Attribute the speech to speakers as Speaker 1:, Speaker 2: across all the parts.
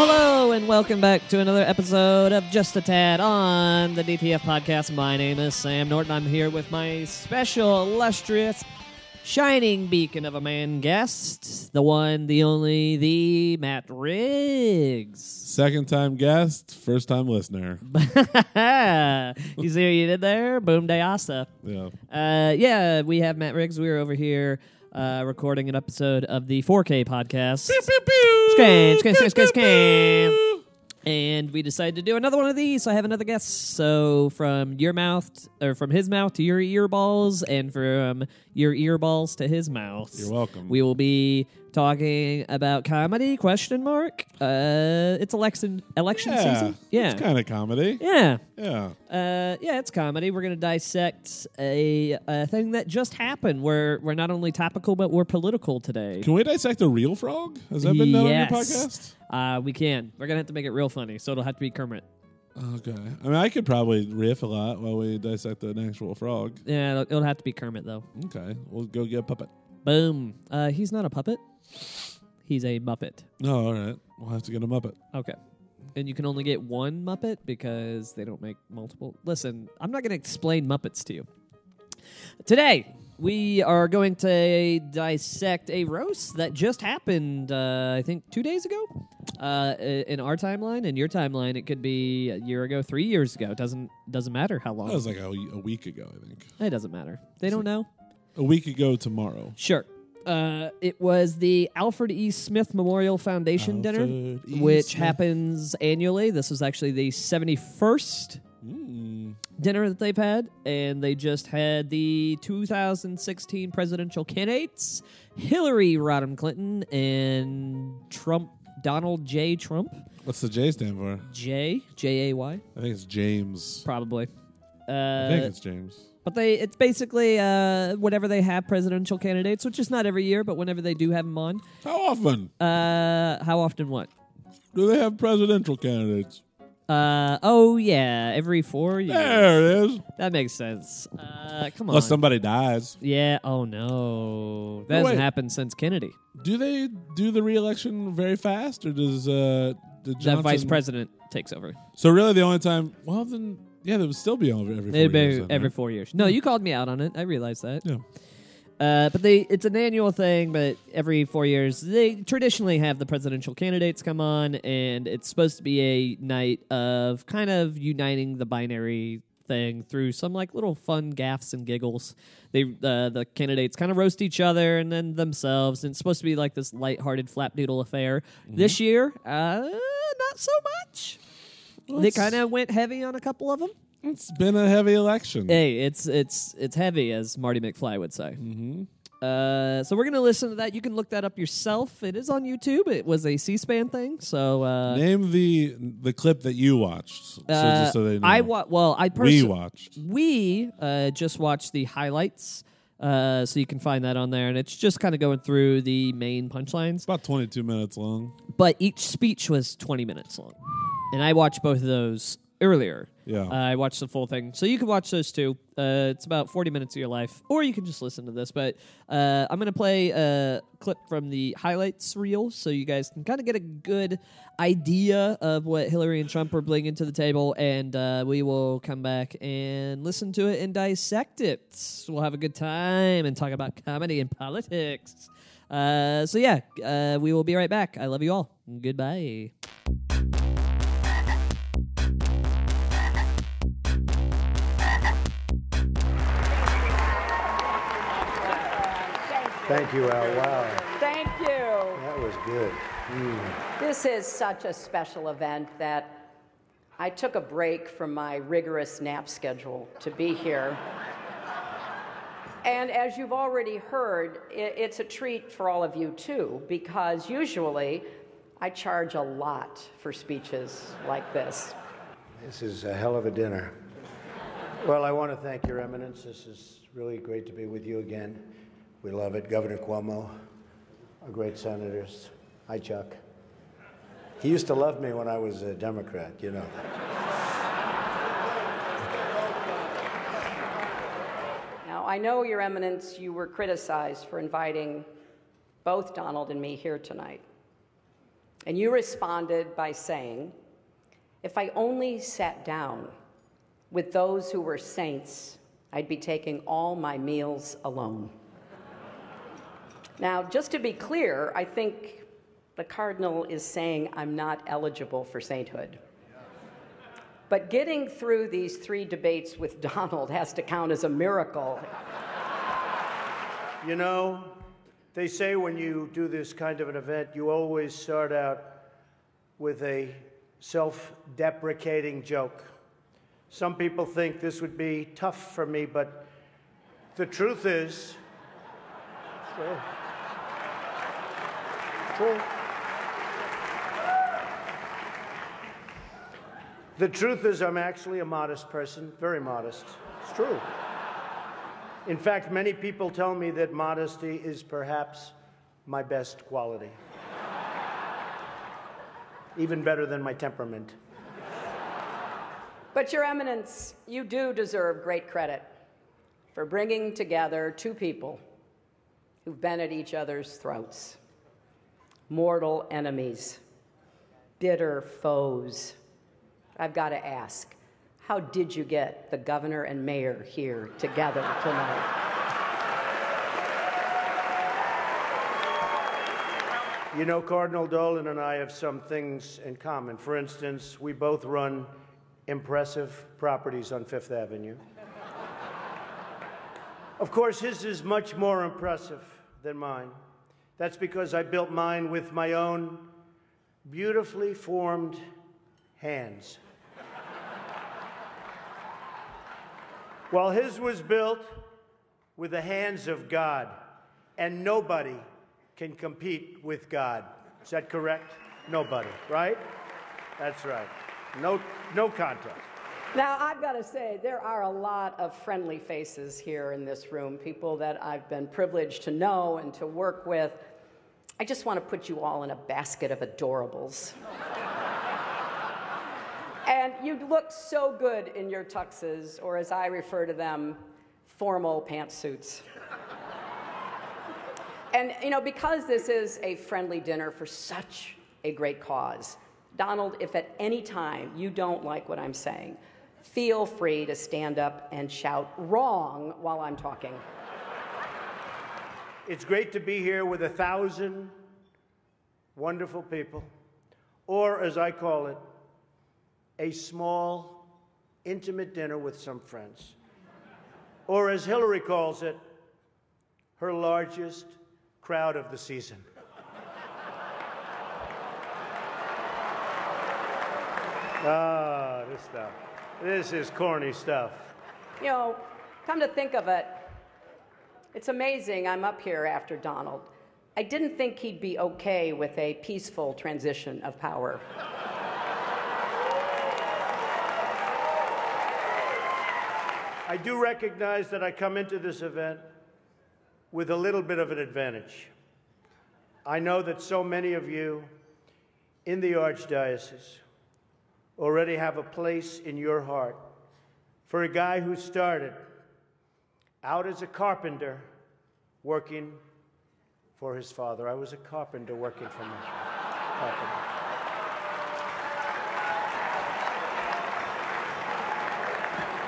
Speaker 1: and welcome back to another episode of Just a Tad on the DTF podcast. My name is Sam Norton. I'm here with my special, illustrious, shining beacon of a man guest, the one, the only, the Matt Riggs.
Speaker 2: Second time guest, first time listener.
Speaker 1: you see what you did there? Boom de asa.
Speaker 2: Yeah.
Speaker 1: Uh, yeah, we have Matt Riggs. We were over here uh, recording an episode of the 4K podcast. Scan, scan, scan, scan, scan. And we decided to do another one of these. So I have another guest. So from your mouth, or from his mouth to your earballs, and from your earballs to his mouth.
Speaker 2: You're welcome.
Speaker 1: We will be talking about comedy? Question mark. Uh, it's election election
Speaker 2: yeah.
Speaker 1: season. Yeah,
Speaker 2: It's kind of comedy.
Speaker 1: yeah.
Speaker 2: Yeah.
Speaker 1: Uh, yeah, it's comedy. We're gonna dissect a, a thing that just happened. We're we're not only topical, but we're political today.
Speaker 2: Can we dissect a real frog? Has that been done on your podcast?
Speaker 1: Yes. Uh, we can. We're gonna have to make it real funny, so it'll have to be Kermit.
Speaker 2: Okay. I mean, I could probably riff a lot while we dissect an actual frog.
Speaker 1: Yeah, it'll, it'll have to be Kermit though.
Speaker 2: Okay. We'll go get a puppet.
Speaker 1: Boom. Uh, he's not a puppet. He's a Muppet.
Speaker 2: No, all right. We'll have to get a Muppet.
Speaker 1: Okay. And you can only get one Muppet because they don't make multiple. Listen, I'm not going to explain Muppets to you. Today, we are going to dissect a roast that just happened, uh, I think, two days ago. Uh, i- in our timeline, in your timeline, it could be a year ago, three years ago. It doesn't doesn't matter how long.
Speaker 2: That was like a, a week ago, I think.
Speaker 1: It doesn't matter. They don't know.
Speaker 2: A week ago tomorrow.
Speaker 1: Sure. Uh, it was the Alfred E. Smith Memorial Foundation dinner,
Speaker 2: Alfred E.
Speaker 1: which
Speaker 2: Smith.
Speaker 1: happens annually. This was actually the 71st
Speaker 2: Mm.
Speaker 1: dinner that they've had, and they just had the 2016 presidential candidates Hillary Rodham Clinton and Trump, Donald J. Trump.
Speaker 2: What's the J stand for?
Speaker 1: J, J A Y,
Speaker 2: I think it's James.
Speaker 1: probably. Uh,
Speaker 2: I think it's James.
Speaker 1: But they, it's basically uh, whenever they have presidential candidates, which is not every year, but whenever they do have them on.
Speaker 2: How often
Speaker 1: Uh, how often? What?
Speaker 2: do they have presidential candidates?
Speaker 1: Uh, oh yeah, every four years.
Speaker 2: There it is.
Speaker 1: That makes sense. Uh, come on.
Speaker 2: Unless somebody dies.
Speaker 1: yeah. Oh no, that hasn't
Speaker 2: wait.
Speaker 1: happened since Kennedy.
Speaker 2: Do they do the reelection very fast, or does uh, the Johnson?
Speaker 1: That vice president takes over.
Speaker 2: So really, the only time. Well, then yeah, there would still be over every. Four
Speaker 1: It'd be
Speaker 2: years, then,
Speaker 1: every
Speaker 2: right?
Speaker 1: four years. No, you called me out on it. I realized that.
Speaker 2: Yeah.
Speaker 1: Uh, but they, it's an annual thing. But every four years, they traditionally have the presidential candidates come on, and it's supposed to be a night of kind of uniting the binary thing through some like little fun gaffs and giggles. They, uh, the candidates, kind of roast each other and then themselves. And it's supposed to be like this lighthearted flapdoodle affair.
Speaker 2: Mm-hmm.
Speaker 1: This year, uh, not so much.
Speaker 2: Well,
Speaker 1: they
Speaker 2: it's-
Speaker 1: kind of went heavy on a couple of them.
Speaker 2: It's been a heavy election.
Speaker 1: Hey, it's it's it's heavy, as Marty McFly would say.
Speaker 2: hmm
Speaker 1: Uh, so we're gonna listen to that. You can look that up yourself. It is on YouTube. It was a C-SPAN thing. So uh,
Speaker 2: Name the the clip that you watched. So
Speaker 1: uh,
Speaker 2: just so they know.
Speaker 1: I wa- well, I
Speaker 2: we
Speaker 1: personally
Speaker 2: watched.
Speaker 1: we uh, just watched the highlights. Uh, so you can find that on there, and it's just kind of going through the main punchlines.
Speaker 2: It's about twenty two minutes long.
Speaker 1: But each speech was 20 minutes long, and I watched both of those earlier.
Speaker 2: Yeah.
Speaker 1: Uh, I watched the full thing. So you can watch those too. Uh, it's about 40 minutes of your life, or you can just listen to this. But uh, I'm going to play a clip from the highlights reel so you guys can kind of get a good idea of what Hillary and Trump are bringing to the table. And uh, we will come back and listen to it and dissect it. We'll have a good time and talk about comedy and politics. Uh, so, yeah, uh, we will be right back. I love you all. Goodbye.
Speaker 3: Thank you, Al. Wow,
Speaker 4: Thank you.
Speaker 3: that was good.
Speaker 4: This is such a special event that I took a break from my rigorous nap schedule to be here. And as you've already heard, i- it's a treat for all of you too, because usually I charge a lot for speeches like this.
Speaker 3: This is a hell of a dinner. Well, I want to thank Your Eminence. This is really great to be with you again. We love it. Governor Cuomo, our great senators. Hi, Chuck. He used to love me when I was a Democrat, you know.
Speaker 4: Now, I know, Your Eminence, you were criticized for inviting both Donald and me here tonight. And you responded by saying, If I only sat down with those who were saints, I'd be taking all my meals alone. Now, just to be clear, I think the cardinal is saying I'm not eligible for sainthood. But getting through these three debates with Donald has to count as a miracle.
Speaker 3: You know, they say when you do this kind of an event, you always start out with a self deprecating joke. Some people think this would be tough for me, but the truth is. True. The truth is, I'm actually a modest person, very modest. It's true. In fact, many people tell me that modesty is perhaps my best quality, even better than my temperament.
Speaker 4: But, Your Eminence, you do deserve great credit for bringing together two people who've been at each other's throats mortal enemies, bitter foes. I've got to ask, how did you get the governor and mayor here together tonight?
Speaker 3: You know, Cardinal Dolan and I have some things in common. For instance, we both run impressive properties on Fifth Avenue. of course, his is much more impressive than mine. That's because I built mine with my own beautifully formed hands. While his was built with the hands of God, and nobody can compete with God. Is that correct? Nobody, right? That's right. No, no contest.
Speaker 4: Now, I've got to say, there are a lot of friendly faces here in this room, people that I've been privileged to know and to work with. I just want to put you all in a basket of adorables. and you look so good in your tuxes, or as I refer to them, formal pantsuits. And, you know, because this is a friendly dinner for such a great cause, Donald, if at any time you don't like what I'm saying, feel free to stand up and shout wrong while I'm talking.
Speaker 3: It's great to be here with a thousand wonderful people, or as I call it, a small, intimate dinner with some friends, or as Hillary calls it, her largest crowd of the season. Ah, this stuff. This is corny stuff.
Speaker 4: You know, come to think of it, it's amazing I'm up here after Donald. I didn't think he'd be okay with a peaceful transition of power.
Speaker 3: I do recognize that I come into this event with a little bit of an advantage. I know that so many of you in the Archdiocese already have a place in your heart for a guy who started out as a carpenter working for his father. I was a carpenter working for my father.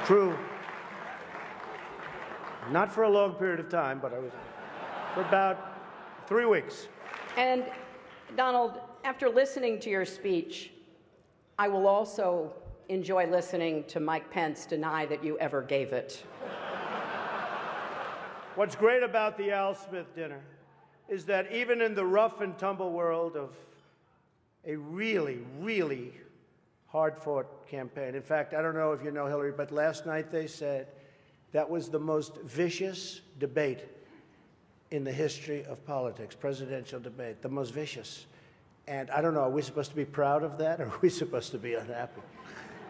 Speaker 3: True. Not for a long period of time, but I was for about three weeks.
Speaker 4: And Donald, after listening to your speech, I will also enjoy listening to Mike Pence deny that you ever gave it.
Speaker 3: What's great about the Al Smith dinner is that even in the rough and tumble world of a really, really hard fought campaign, in fact, I don't know if you know Hillary, but last night they said that was the most vicious debate in the history of politics, presidential debate, the most vicious. And I don't know, are we supposed to be proud of that or are we supposed to be unhappy?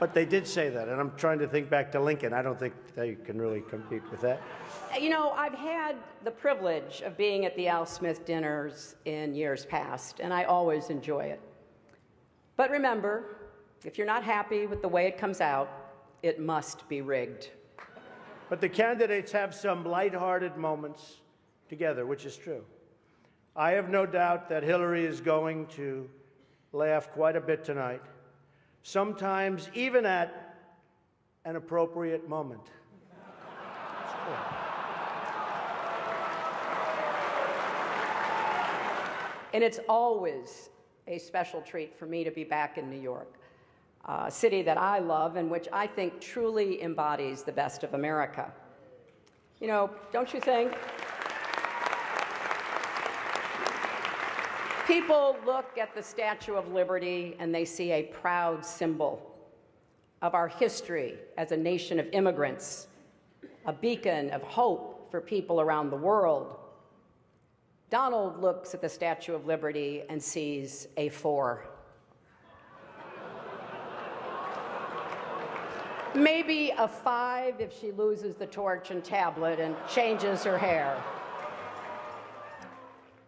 Speaker 3: But they did say that, and I'm trying to think back to Lincoln. I don't think they can really compete with that.
Speaker 4: You know, I've had the privilege of being at the Al Smith dinners in years past, and I always enjoy it. But remember, if you're not happy with the way it comes out, it must be rigged.
Speaker 3: But the candidates have some lighthearted moments together, which is true. I have no doubt that Hillary is going to laugh quite a bit tonight, sometimes even at an appropriate moment. It's cool.
Speaker 4: And it's always a special treat for me to be back in New York, a city that I love and which I think truly embodies the best of America. You know, don't you think? People look at the Statue of Liberty and they see a proud symbol of our history as a nation of immigrants, a beacon of hope for people around the world. Donald looks at the Statue of Liberty and sees a four. Maybe a five if she loses the torch and tablet and changes her hair.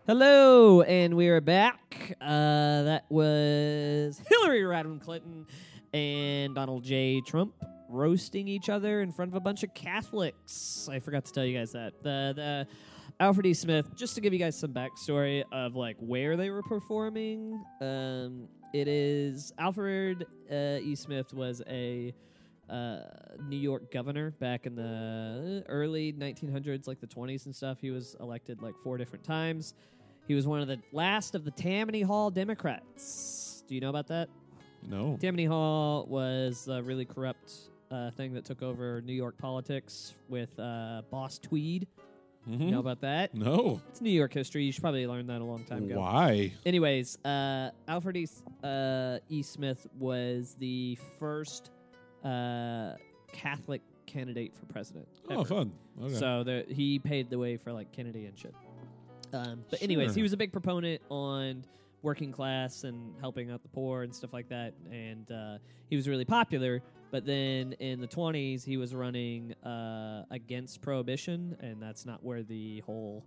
Speaker 1: Hello, and we are back. Uh, that was Hillary Rodham Clinton and Donald J. Trump roasting each other in front of a bunch of Catholics. I forgot to tell you guys that. The, the Alfred E. Smith, just to give you guys some backstory of like where they were performing. Um, it is Alfred uh, E. Smith was a uh, New York governor back in the early 1900s, like the 20s and stuff. He was elected like four different times. He was one of the last of the Tammany Hall Democrats. Do you know about that?
Speaker 2: No.
Speaker 1: Tammany Hall was a really corrupt uh, thing that took over New York politics with uh, Boss Tweed. You know about that?
Speaker 2: Mm-hmm. No.
Speaker 1: It's New York history. You should probably learn that a long time ago.
Speaker 2: Why?
Speaker 1: Anyways, uh, Alfred E. S- Uh, e. Smith was the first uh, Catholic candidate for president.
Speaker 2: Oh,
Speaker 1: ever.
Speaker 2: fun. Okay.
Speaker 1: So the, he paved the way for like Kennedy and shit. Um, but anyways,
Speaker 2: Sure.
Speaker 1: he was a big proponent on working class and helping out the poor and stuff like that. And uh, he was really popular. But then in the 20s, he was running uh, against prohibition, and that's not where the whole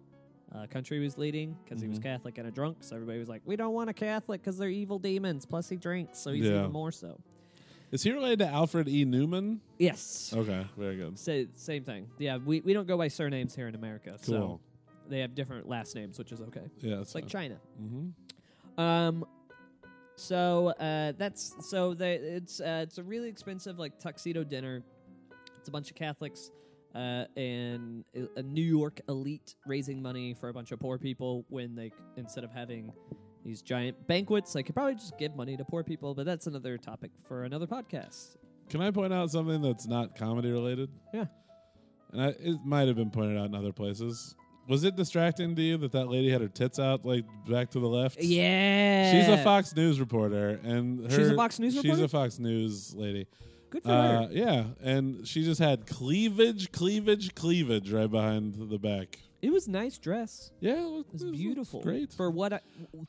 Speaker 1: uh, country was leading because he was
Speaker 2: Mm-hmm.
Speaker 1: Catholic and a drunk. So everybody was like, "We don't want a Catholic because they're evil demons." Plus, he drinks, so he's
Speaker 2: Yeah.
Speaker 1: even more so.
Speaker 2: Is he related to Alfred E. Newman?
Speaker 1: Yes.
Speaker 2: Okay, very good.
Speaker 1: Sa- same thing. Yeah, we, we don't go by surnames here in America. So
Speaker 2: Cool.
Speaker 1: they have different last names, which is okay.
Speaker 2: Yeah,
Speaker 1: It's like
Speaker 2: fine.
Speaker 1: China. Mm-hmm. Um, so uh, that's so they, it's uh, it's a really expensive like tuxedo dinner. It's a bunch of Catholics uh, and a- a New York elite raising money for a bunch of poor people when they instead of having these giant banquets, they could probably just give money to poor people. But that's another topic for another podcast.
Speaker 2: Can I point out something that's not comedy related?
Speaker 1: Yeah.
Speaker 2: And I, it might have been pointed out in other places. Was it distracting to you that that lady had her tits out, like back to the left?
Speaker 1: Yeah,
Speaker 2: She's a Fox News reporter, and her,
Speaker 1: She's a Fox News
Speaker 2: She's
Speaker 1: reporter?
Speaker 2: a Fox News lady.
Speaker 1: Good for
Speaker 2: Uh,
Speaker 1: her.
Speaker 2: yeah, and she just had cleavage, cleavage, cleavage right behind the back.
Speaker 1: It was nice dress.
Speaker 2: Yeah, it looked-
Speaker 1: It was
Speaker 2: it looked
Speaker 1: beautiful.
Speaker 2: Great.
Speaker 1: for what I,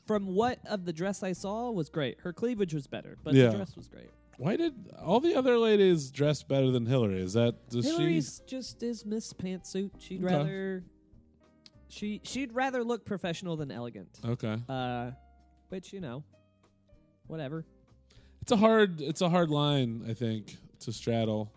Speaker 1: from what of the dress I saw was great. Her cleavage was better, but
Speaker 2: Yeah.
Speaker 1: the dress was great.
Speaker 2: Why did all the other ladies dress better than Hillary? Is that does
Speaker 1: Hillary's just is Miss Pantsuit. She'd
Speaker 2: Okay.
Speaker 1: rather she she'd rather look professional than elegant.
Speaker 2: she? Okay,
Speaker 1: Uh, but you know, whatever.
Speaker 2: it's a hard it's a hard line I think to straddle,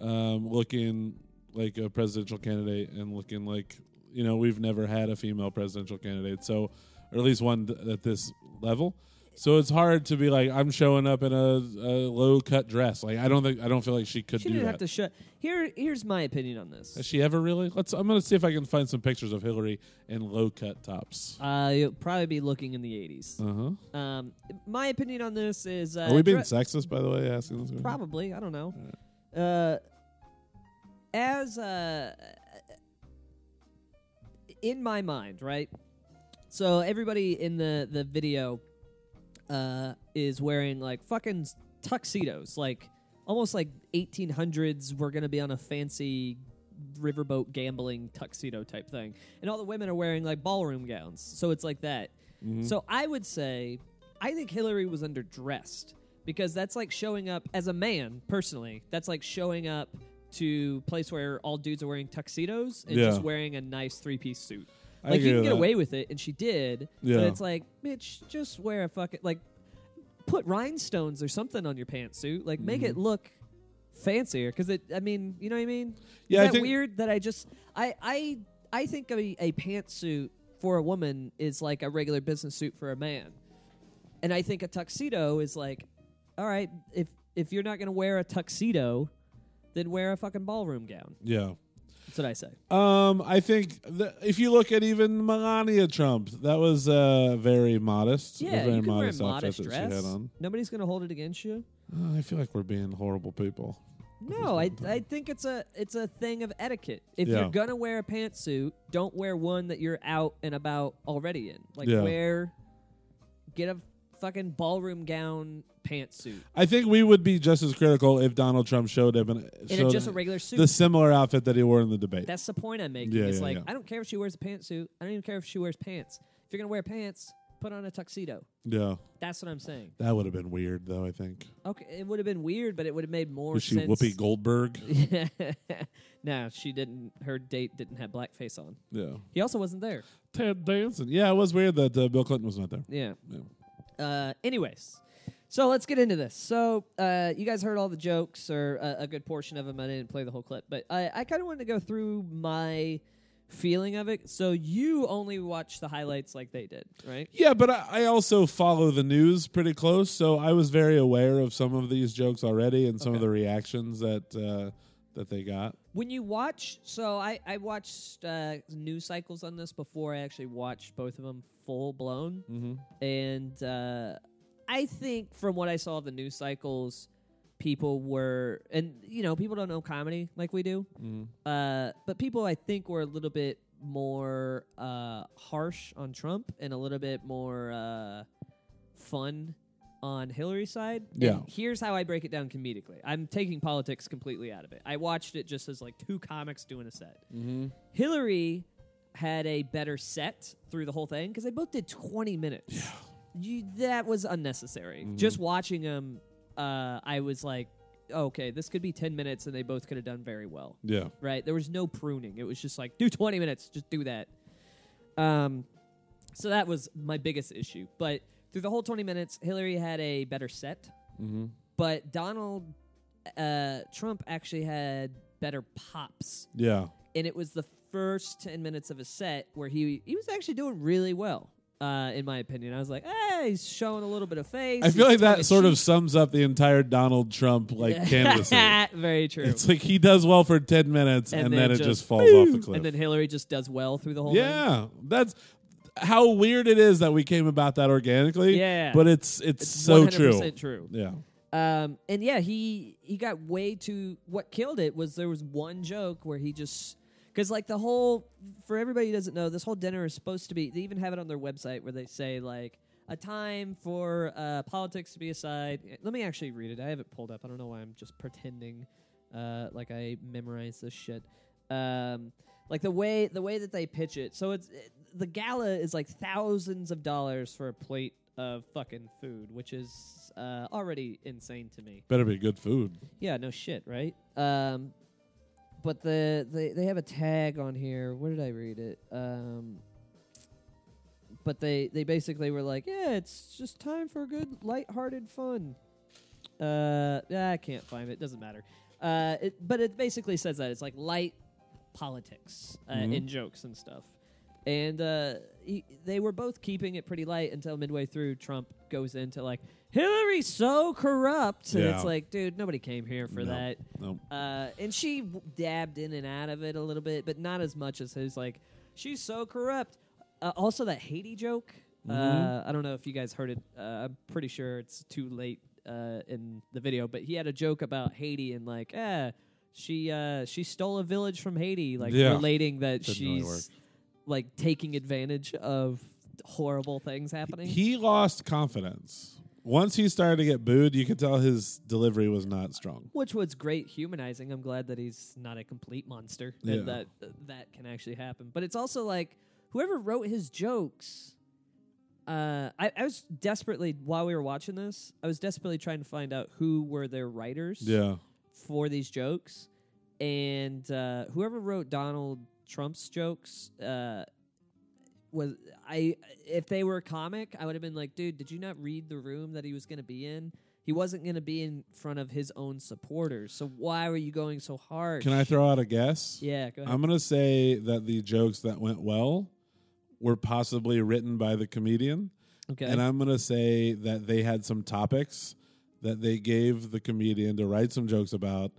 Speaker 2: um, looking like a presidential candidate and looking like you know we've never had a female presidential candidate, so or at least one th- at this level. So it's hard to be like I'm showing up in a, a low cut dress. Like I don't think I don't feel like she could
Speaker 1: She
Speaker 2: do
Speaker 1: didn't
Speaker 2: that.
Speaker 1: have to shut. Here, here's my opinion on this.
Speaker 2: Has she ever really? Let's. I'm gonna see if I can find some pictures of Hillary in low cut tops.
Speaker 1: Uh, you'll probably be looking in the '80s.
Speaker 2: Uh huh.
Speaker 1: Um, my opinion on this is uh,
Speaker 2: Are we being
Speaker 1: dre-
Speaker 2: sexist, by the way? Asking this. question?
Speaker 1: Probably. I don't know. Uh, as uh, in my mind, right? So everybody in the the video uh, is wearing like fucking tuxedos, like almost like 1800s. We're gonna be on a fancy riverboat gambling tuxedo type thing, and all the women are wearing like ballroom gowns. So it's like that.
Speaker 2: Mm-hmm.
Speaker 1: So I would say, I think Hillary was underdressed because that's like showing up as a man personally. That's like showing up to place where all dudes are wearing tuxedos and
Speaker 2: Yeah.
Speaker 1: just wearing a nice three piece suit.
Speaker 2: I
Speaker 1: Like you
Speaker 2: agree
Speaker 1: can
Speaker 2: with
Speaker 1: get
Speaker 2: that.
Speaker 1: away with it, and she did.
Speaker 2: Yeah.
Speaker 1: But it's like, bitch, just wear a fucking like, put rhinestones or something on your pantsuit. Like, make
Speaker 2: Mm-hmm.
Speaker 1: it look fancier. Because it, I mean, you know what I mean?
Speaker 2: Yeah,
Speaker 1: Is
Speaker 2: I
Speaker 1: that
Speaker 2: think-
Speaker 1: weird that I just I I I think a, a pantsuit for a woman is like a regular business suit for a man. And I think a tuxedo is like, all right, if if you're not going to wear a tuxedo, then wear a fucking ballroom gown.
Speaker 2: Yeah.
Speaker 1: That's what I say.
Speaker 2: Um, I think th- if you look at even Melania Trump, that was uh, very modest. a
Speaker 1: Yeah,
Speaker 2: very
Speaker 1: you can wear a modest
Speaker 2: outfit that
Speaker 1: dress.
Speaker 2: she had on.
Speaker 1: Nobody's going to hold it against you.
Speaker 2: Uh, I feel like we're being horrible people.
Speaker 1: No, I I think it's a it's a thing of etiquette. If
Speaker 2: Yeah.
Speaker 1: you're gonna wear a pantsuit, don't wear one that you're out and about already in. Like
Speaker 2: Yeah.
Speaker 1: wear, get a fucking ballroom gown pantsuit.
Speaker 2: I think we would be just as critical if Donald Trump showed up in,
Speaker 1: a-
Speaker 2: showed
Speaker 1: just a regular suit.
Speaker 2: the similar outfit that he wore in the debate.
Speaker 1: That's the point I'm making.
Speaker 2: Yeah,
Speaker 1: it's
Speaker 2: yeah,
Speaker 1: like
Speaker 2: yeah.
Speaker 1: I don't care if she wears a pantsuit. I don't even care if she wears pants. If you're gonna wear pants, put on a tuxedo.
Speaker 2: yeah,
Speaker 1: That's what I'm saying.
Speaker 2: that would have been weird, though. I think
Speaker 1: Okay, it would have been weird, but it would have made more
Speaker 2: was she
Speaker 1: sense.
Speaker 2: Whoopi Goldberg?
Speaker 1: no, she didn't. Her date didn't have blackface on.
Speaker 2: yeah,
Speaker 1: He also wasn't there.
Speaker 2: Ted Danson. Yeah, it was weird that uh, Bill Clinton was not there.
Speaker 1: Yeah.
Speaker 2: Yeah.
Speaker 1: Uh, anyways, so let's get into this. So uh, you guys heard all the jokes or uh, a good portion of them. I didn't play the whole clip, but I, I kind of wanted to go through my feeling of it. So you only watched the highlights like they did, right?
Speaker 2: Yeah, but I, I also follow the news pretty close, so I was very aware of some of these jokes already and some of the reactions that uh, that they got.
Speaker 1: When you watch, so I, I watched uh, news cycles on this before I actually watched both of them full blown. Mm-hmm. And uh, I think from what I saw of the news cycles, people were, and you know, people don't know comedy like we do. Uh, but people I think were a little bit more uh, harsh on Trump and a little bit more uh, fun on Hillary's side. And
Speaker 2: Yeah.
Speaker 1: here's how I break it down comedically. I'm taking politics completely out of it. I watched it just as like two comics doing a set. Hillary had a better set through the whole thing because they both did 20 minutes. You, that was unnecessary. Just watching them, uh, I was like, okay, this could be 10 minutes and they both could have done very well
Speaker 2: Yeah,
Speaker 1: right? There was no pruning. It was just like do 20 minutes, just do that. Um, so that was my biggest issue. But through the whole 20 minutes, Hillary had a better set,
Speaker 2: Mm-hmm.
Speaker 1: but Donald uh, Trump actually had better pops,
Speaker 2: yeah,
Speaker 1: and it was the first 10 minutes of a set where he he was actually doing really well. Uh, in my opinion, I was like, "Hey, he's showing a little bit of face."
Speaker 2: I feel
Speaker 1: he's
Speaker 2: like
Speaker 1: tongue in
Speaker 2: that sort of
Speaker 1: cheek."
Speaker 2: sums up the entire Donald Trump like canvassing.
Speaker 1: Very true.
Speaker 2: It's like he does well for ten minutes and, then, it just falls off the cliff.
Speaker 1: And then Hillary just does well through the whole thing.
Speaker 2: yeah, that's how weird it is that we came about that organically.
Speaker 1: Yeah.
Speaker 2: but it's it's, so
Speaker 1: 100%
Speaker 2: true.
Speaker 1: true.
Speaker 2: Yeah,
Speaker 1: Um, and yeah, he he got way too. What killed it was there was one joke where he just because like the whole for everybody who doesn't know, this whole dinner is supposed to be. They even have it on their website where they say like a time for uh, politics to be aside. Let me actually read it. I have it pulled up. I don't know why I'm just pretending uh, like I memorized this shit. Um, like the way the way that they pitch it. So it's it, the gala is like thousands of dollars for a plate of fucking food, which is uh, already insane to me.
Speaker 2: better be good food.
Speaker 1: Yeah, no shit, right? Um, but the they they have a tag on here. Where did I read it? Um, but they they basically were like, yeah, it's just time for good lighthearted fun. Uh, I can't find it. Doesn't matter. Uh, it, but it basically says that it's like light politics uh, in jokes and stuff. And uh, he, they were both keeping it pretty light until midway through, Trump goes into like Hillary's so corrupt, and
Speaker 2: Yeah.
Speaker 1: it's like, dude, nobody came here for
Speaker 2: No.
Speaker 1: that.
Speaker 2: No.
Speaker 1: Uh, and she w- dabbed in and out of it a little bit, but not as much as his like, she's so corrupt. Uh, also, that Haiti joke.
Speaker 2: Mm-hmm.
Speaker 1: Uh, I don't know if you guys heard it. Uh, I'm pretty sure it's too late uh, in the video, but he had a joke about Haiti and like, eh, she uh, she stole a village from Haiti, like
Speaker 2: Yeah.
Speaker 1: relating that
Speaker 2: Didn't really
Speaker 1: she's
Speaker 2: work.
Speaker 1: like taking advantage of horrible things happening.
Speaker 2: He lost confidence once he started to get booed. You could tell his delivery was not strong.
Speaker 1: which was great humanizing. I'm glad that he's not a complete monster
Speaker 2: Yeah.
Speaker 1: and that uh, that can actually happen. But it's also like whoever wrote his jokes. Uh, I, I was desperately while we were watching this, I was desperately trying to find out who were their writers
Speaker 2: Yeah,
Speaker 1: for these jokes, and uh, whoever wrote Donald Trump's jokes. Uh, was I if they were a comic, I would have been like, dude, did you not read the room that he was going to be in? He wasn't going to be in front of his own supporters. So why were you going so hard?
Speaker 2: can I throw Um, out a guess?
Speaker 1: Yeah, go ahead.
Speaker 2: I'm gonna say that the jokes that went well were possibly written by the comedian,
Speaker 1: Okay.
Speaker 2: And I'm going to say that they had some topics that they gave the comedian to write some jokes about.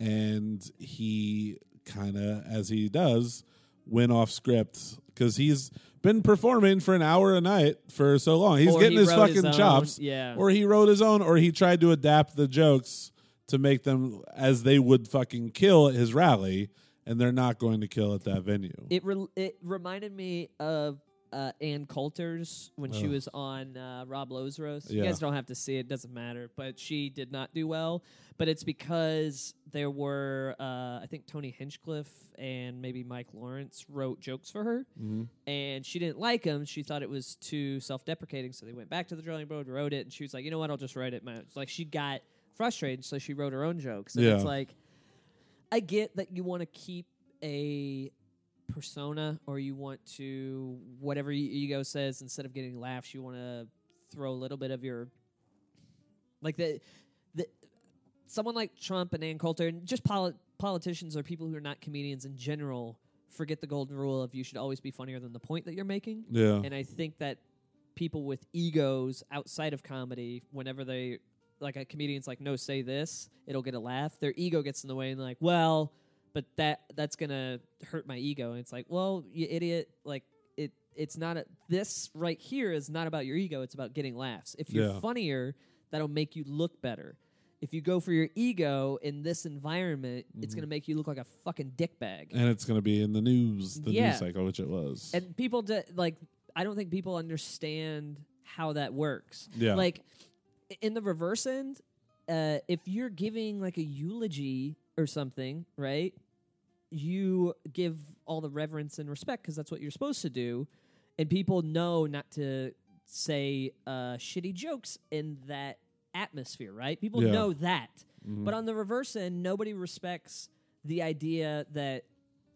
Speaker 2: And he kind of, as he does, went off script because he's been performing for an hour a night for so long. He's
Speaker 1: Or
Speaker 2: getting
Speaker 1: he
Speaker 2: his
Speaker 1: wrote his
Speaker 2: fucking
Speaker 1: own,
Speaker 2: chops.
Speaker 1: yeah.
Speaker 2: Or he wrote his own, or he tried to adapt the jokes to make them as they would fucking kill at his rally. And they're not going to kill at that venue.
Speaker 1: It re- it reminded me of uh, Ann Coulter's when she was on uh, Rob Lowe's roast. You
Speaker 2: Yeah.
Speaker 1: guys don't have to see it; doesn't matter. But she did not do well. But it's because there were, uh, I think, Tony Hinchcliffe and maybe Mike Lawrence wrote jokes for her, and she didn't like them. She thought it was too self-deprecating, so they went back to the drawing board, wrote it, and she was like, "You know what? I'll just write it." My-. Like she got frustrated, so she wrote her own jokes, and it's
Speaker 2: Yeah.
Speaker 1: like. I get that you want to keep a persona or you want to whatever your ego says instead of getting laughs you want to throw a little bit of your like the the someone like Trump and Ann Coulter and just poli- politicians or people who are not comedians in general forget the golden rule of you should always be funnier than the point that you're making
Speaker 2: yeah.
Speaker 1: and I think that people with egos outside of comedy, whenever they like a comedian's like, no, say this, it'll get a laugh. Their ego gets in the way and they're like, well, but that that's gonna hurt my ego. And it's like, well, you idiot, like it. It's not a, this right here is not about your ego. It's about getting laughs. If you're
Speaker 2: Yeah.
Speaker 1: funnier, that'll make you look better. If you go for your ego in this environment, it's
Speaker 2: Mm-hmm.
Speaker 1: gonna make you look like a fucking dickbag.
Speaker 2: and it's going to be in the news, the
Speaker 1: Yeah.
Speaker 2: news cycle, which it was.
Speaker 1: and people do, like i don't think people understand how that works
Speaker 2: Yeah.
Speaker 1: like i- in the reverse end uh, if you're giving like a eulogy or something right you give all the reverence and respect because that's what you're supposed to do and people know not to say uh, shitty jokes in that atmosphere right people
Speaker 2: Yeah. Mm-hmm.
Speaker 1: know that but on the reverse end nobody respects the idea that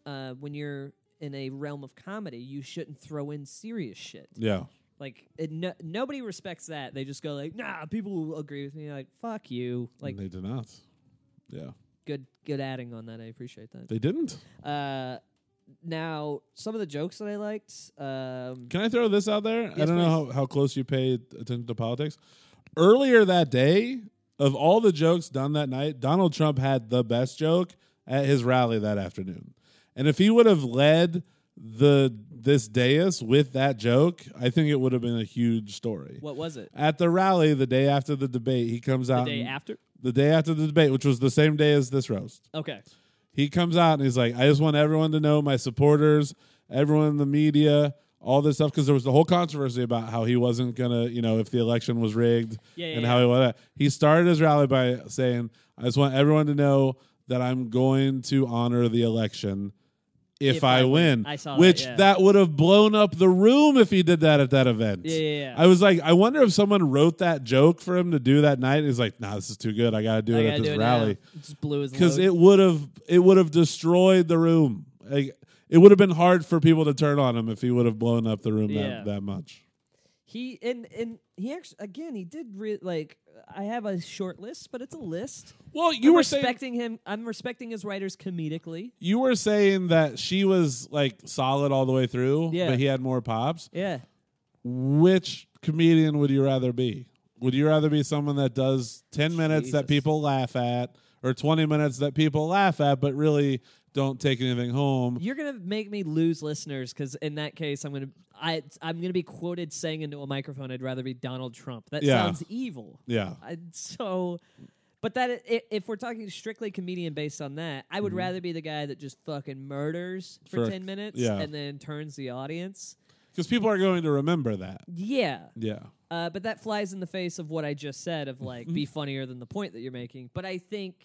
Speaker 1: uh, when you're in a realm of comedy you shouldn't throw in serious shit
Speaker 2: yeah.
Speaker 1: like it, no, nobody respects that they just go like nah people will agree with me like fuck you like
Speaker 2: and they did not. Yeah.
Speaker 1: good good adding on that i appreciate that
Speaker 2: They didn't.
Speaker 1: uh, now some of the jokes that i liked um,
Speaker 2: Can I throw this out there? I don't know how, how close you paid attention to politics. Earlier that day, of all the jokes done that night, Donald Trump had the best joke at his rally that afternoon. And if he would have led the this dais with that joke, I think it would have been a huge story.
Speaker 1: what was it
Speaker 2: At the rally the day after the debate, he comes out
Speaker 1: day
Speaker 2: and-
Speaker 1: after
Speaker 2: the day after the debate, which was the same day as this roast.
Speaker 1: okay
Speaker 2: he comes out and he's like, I just want everyone to know my supporters, everyone in the media, all this stuff. Because there was the whole controversy about how he wasn't going to, you know, if the election was rigged
Speaker 1: Yeah, yeah,
Speaker 2: and how he was. He started his rally by saying, I just want everyone to know that I'm going to honor the election. If,
Speaker 1: If
Speaker 2: I,
Speaker 1: I win."
Speaker 2: win,
Speaker 1: I saw that,
Speaker 2: which
Speaker 1: yeah.
Speaker 2: would have blown up the room if he did that at that event.
Speaker 1: Yeah, yeah, yeah.
Speaker 2: I was like, I wonder if someone wrote that joke for him to do that night. He's like, Nah, this is too good. I got to do
Speaker 1: I
Speaker 2: it
Speaker 1: gotta
Speaker 2: at this
Speaker 1: do it now.
Speaker 2: rally
Speaker 1: just blew his
Speaker 2: because
Speaker 1: load.
Speaker 2: it would have it would have destroyed the room. Like it would have been hard for people to turn on him if he would have blown up the room
Speaker 1: Yeah.
Speaker 2: that, that much.
Speaker 1: He and and he actually again he did re- like I have a short list, but it's a list.
Speaker 2: Well, you
Speaker 1: I'm
Speaker 2: were saying
Speaker 1: respecting him. I'm respecting his writers comedically.
Speaker 2: you were saying that she was like solid all the way through,
Speaker 1: Yeah.
Speaker 2: but he had more pops.
Speaker 1: Yeah,
Speaker 2: Which comedian would you rather be? Would you rather be someone that does 10 minutes
Speaker 1: Jesus.
Speaker 2: that people laugh at or 20 minutes that people laugh at but really don't take anything home?
Speaker 1: you're gonna make me lose listeners because in that case, I'm gonna I I'm gonna be quoted saying into a microphone, "I'd rather be Donald Trump." That
Speaker 2: Yeah.
Speaker 1: sounds evil.
Speaker 2: Yeah.
Speaker 1: I, so, but that i- if we're talking strictly comedian based on that, I would
Speaker 2: Mm-hmm.
Speaker 1: rather be the guy that just fucking murders for,
Speaker 2: For-
Speaker 1: ten minutes
Speaker 2: yeah.
Speaker 1: and then turns the audience.
Speaker 2: Cuz people are going to remember that.
Speaker 1: Yeah,
Speaker 2: Yeah.
Speaker 1: Uh, but that flies in the face of what I just said of like be funnier than the point that you're making. But I think,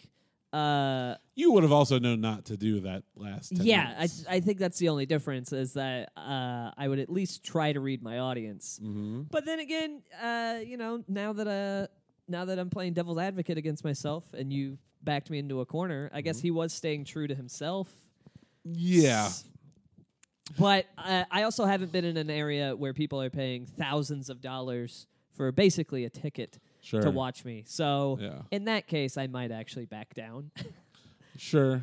Speaker 1: uh,
Speaker 2: You would have also known not to do that last. 10
Speaker 1: yeah, I,
Speaker 2: minutes.
Speaker 1: I think that's the only difference is that uh, I would at least try to read my audience.
Speaker 2: Mm-hmm.
Speaker 1: But then again, uh, you know, now that uh, now that I'm playing devil's advocate against myself, and you backed me into a corner, I guess he was staying true to himself.
Speaker 2: Mm-hmm. yeah,
Speaker 1: But uh, I also haven't been in an area where people are paying thousands of dollars for basically a ticket
Speaker 2: Sure.
Speaker 1: to watch me. So
Speaker 2: Yeah.
Speaker 1: in that case, I might actually back down.
Speaker 2: sure.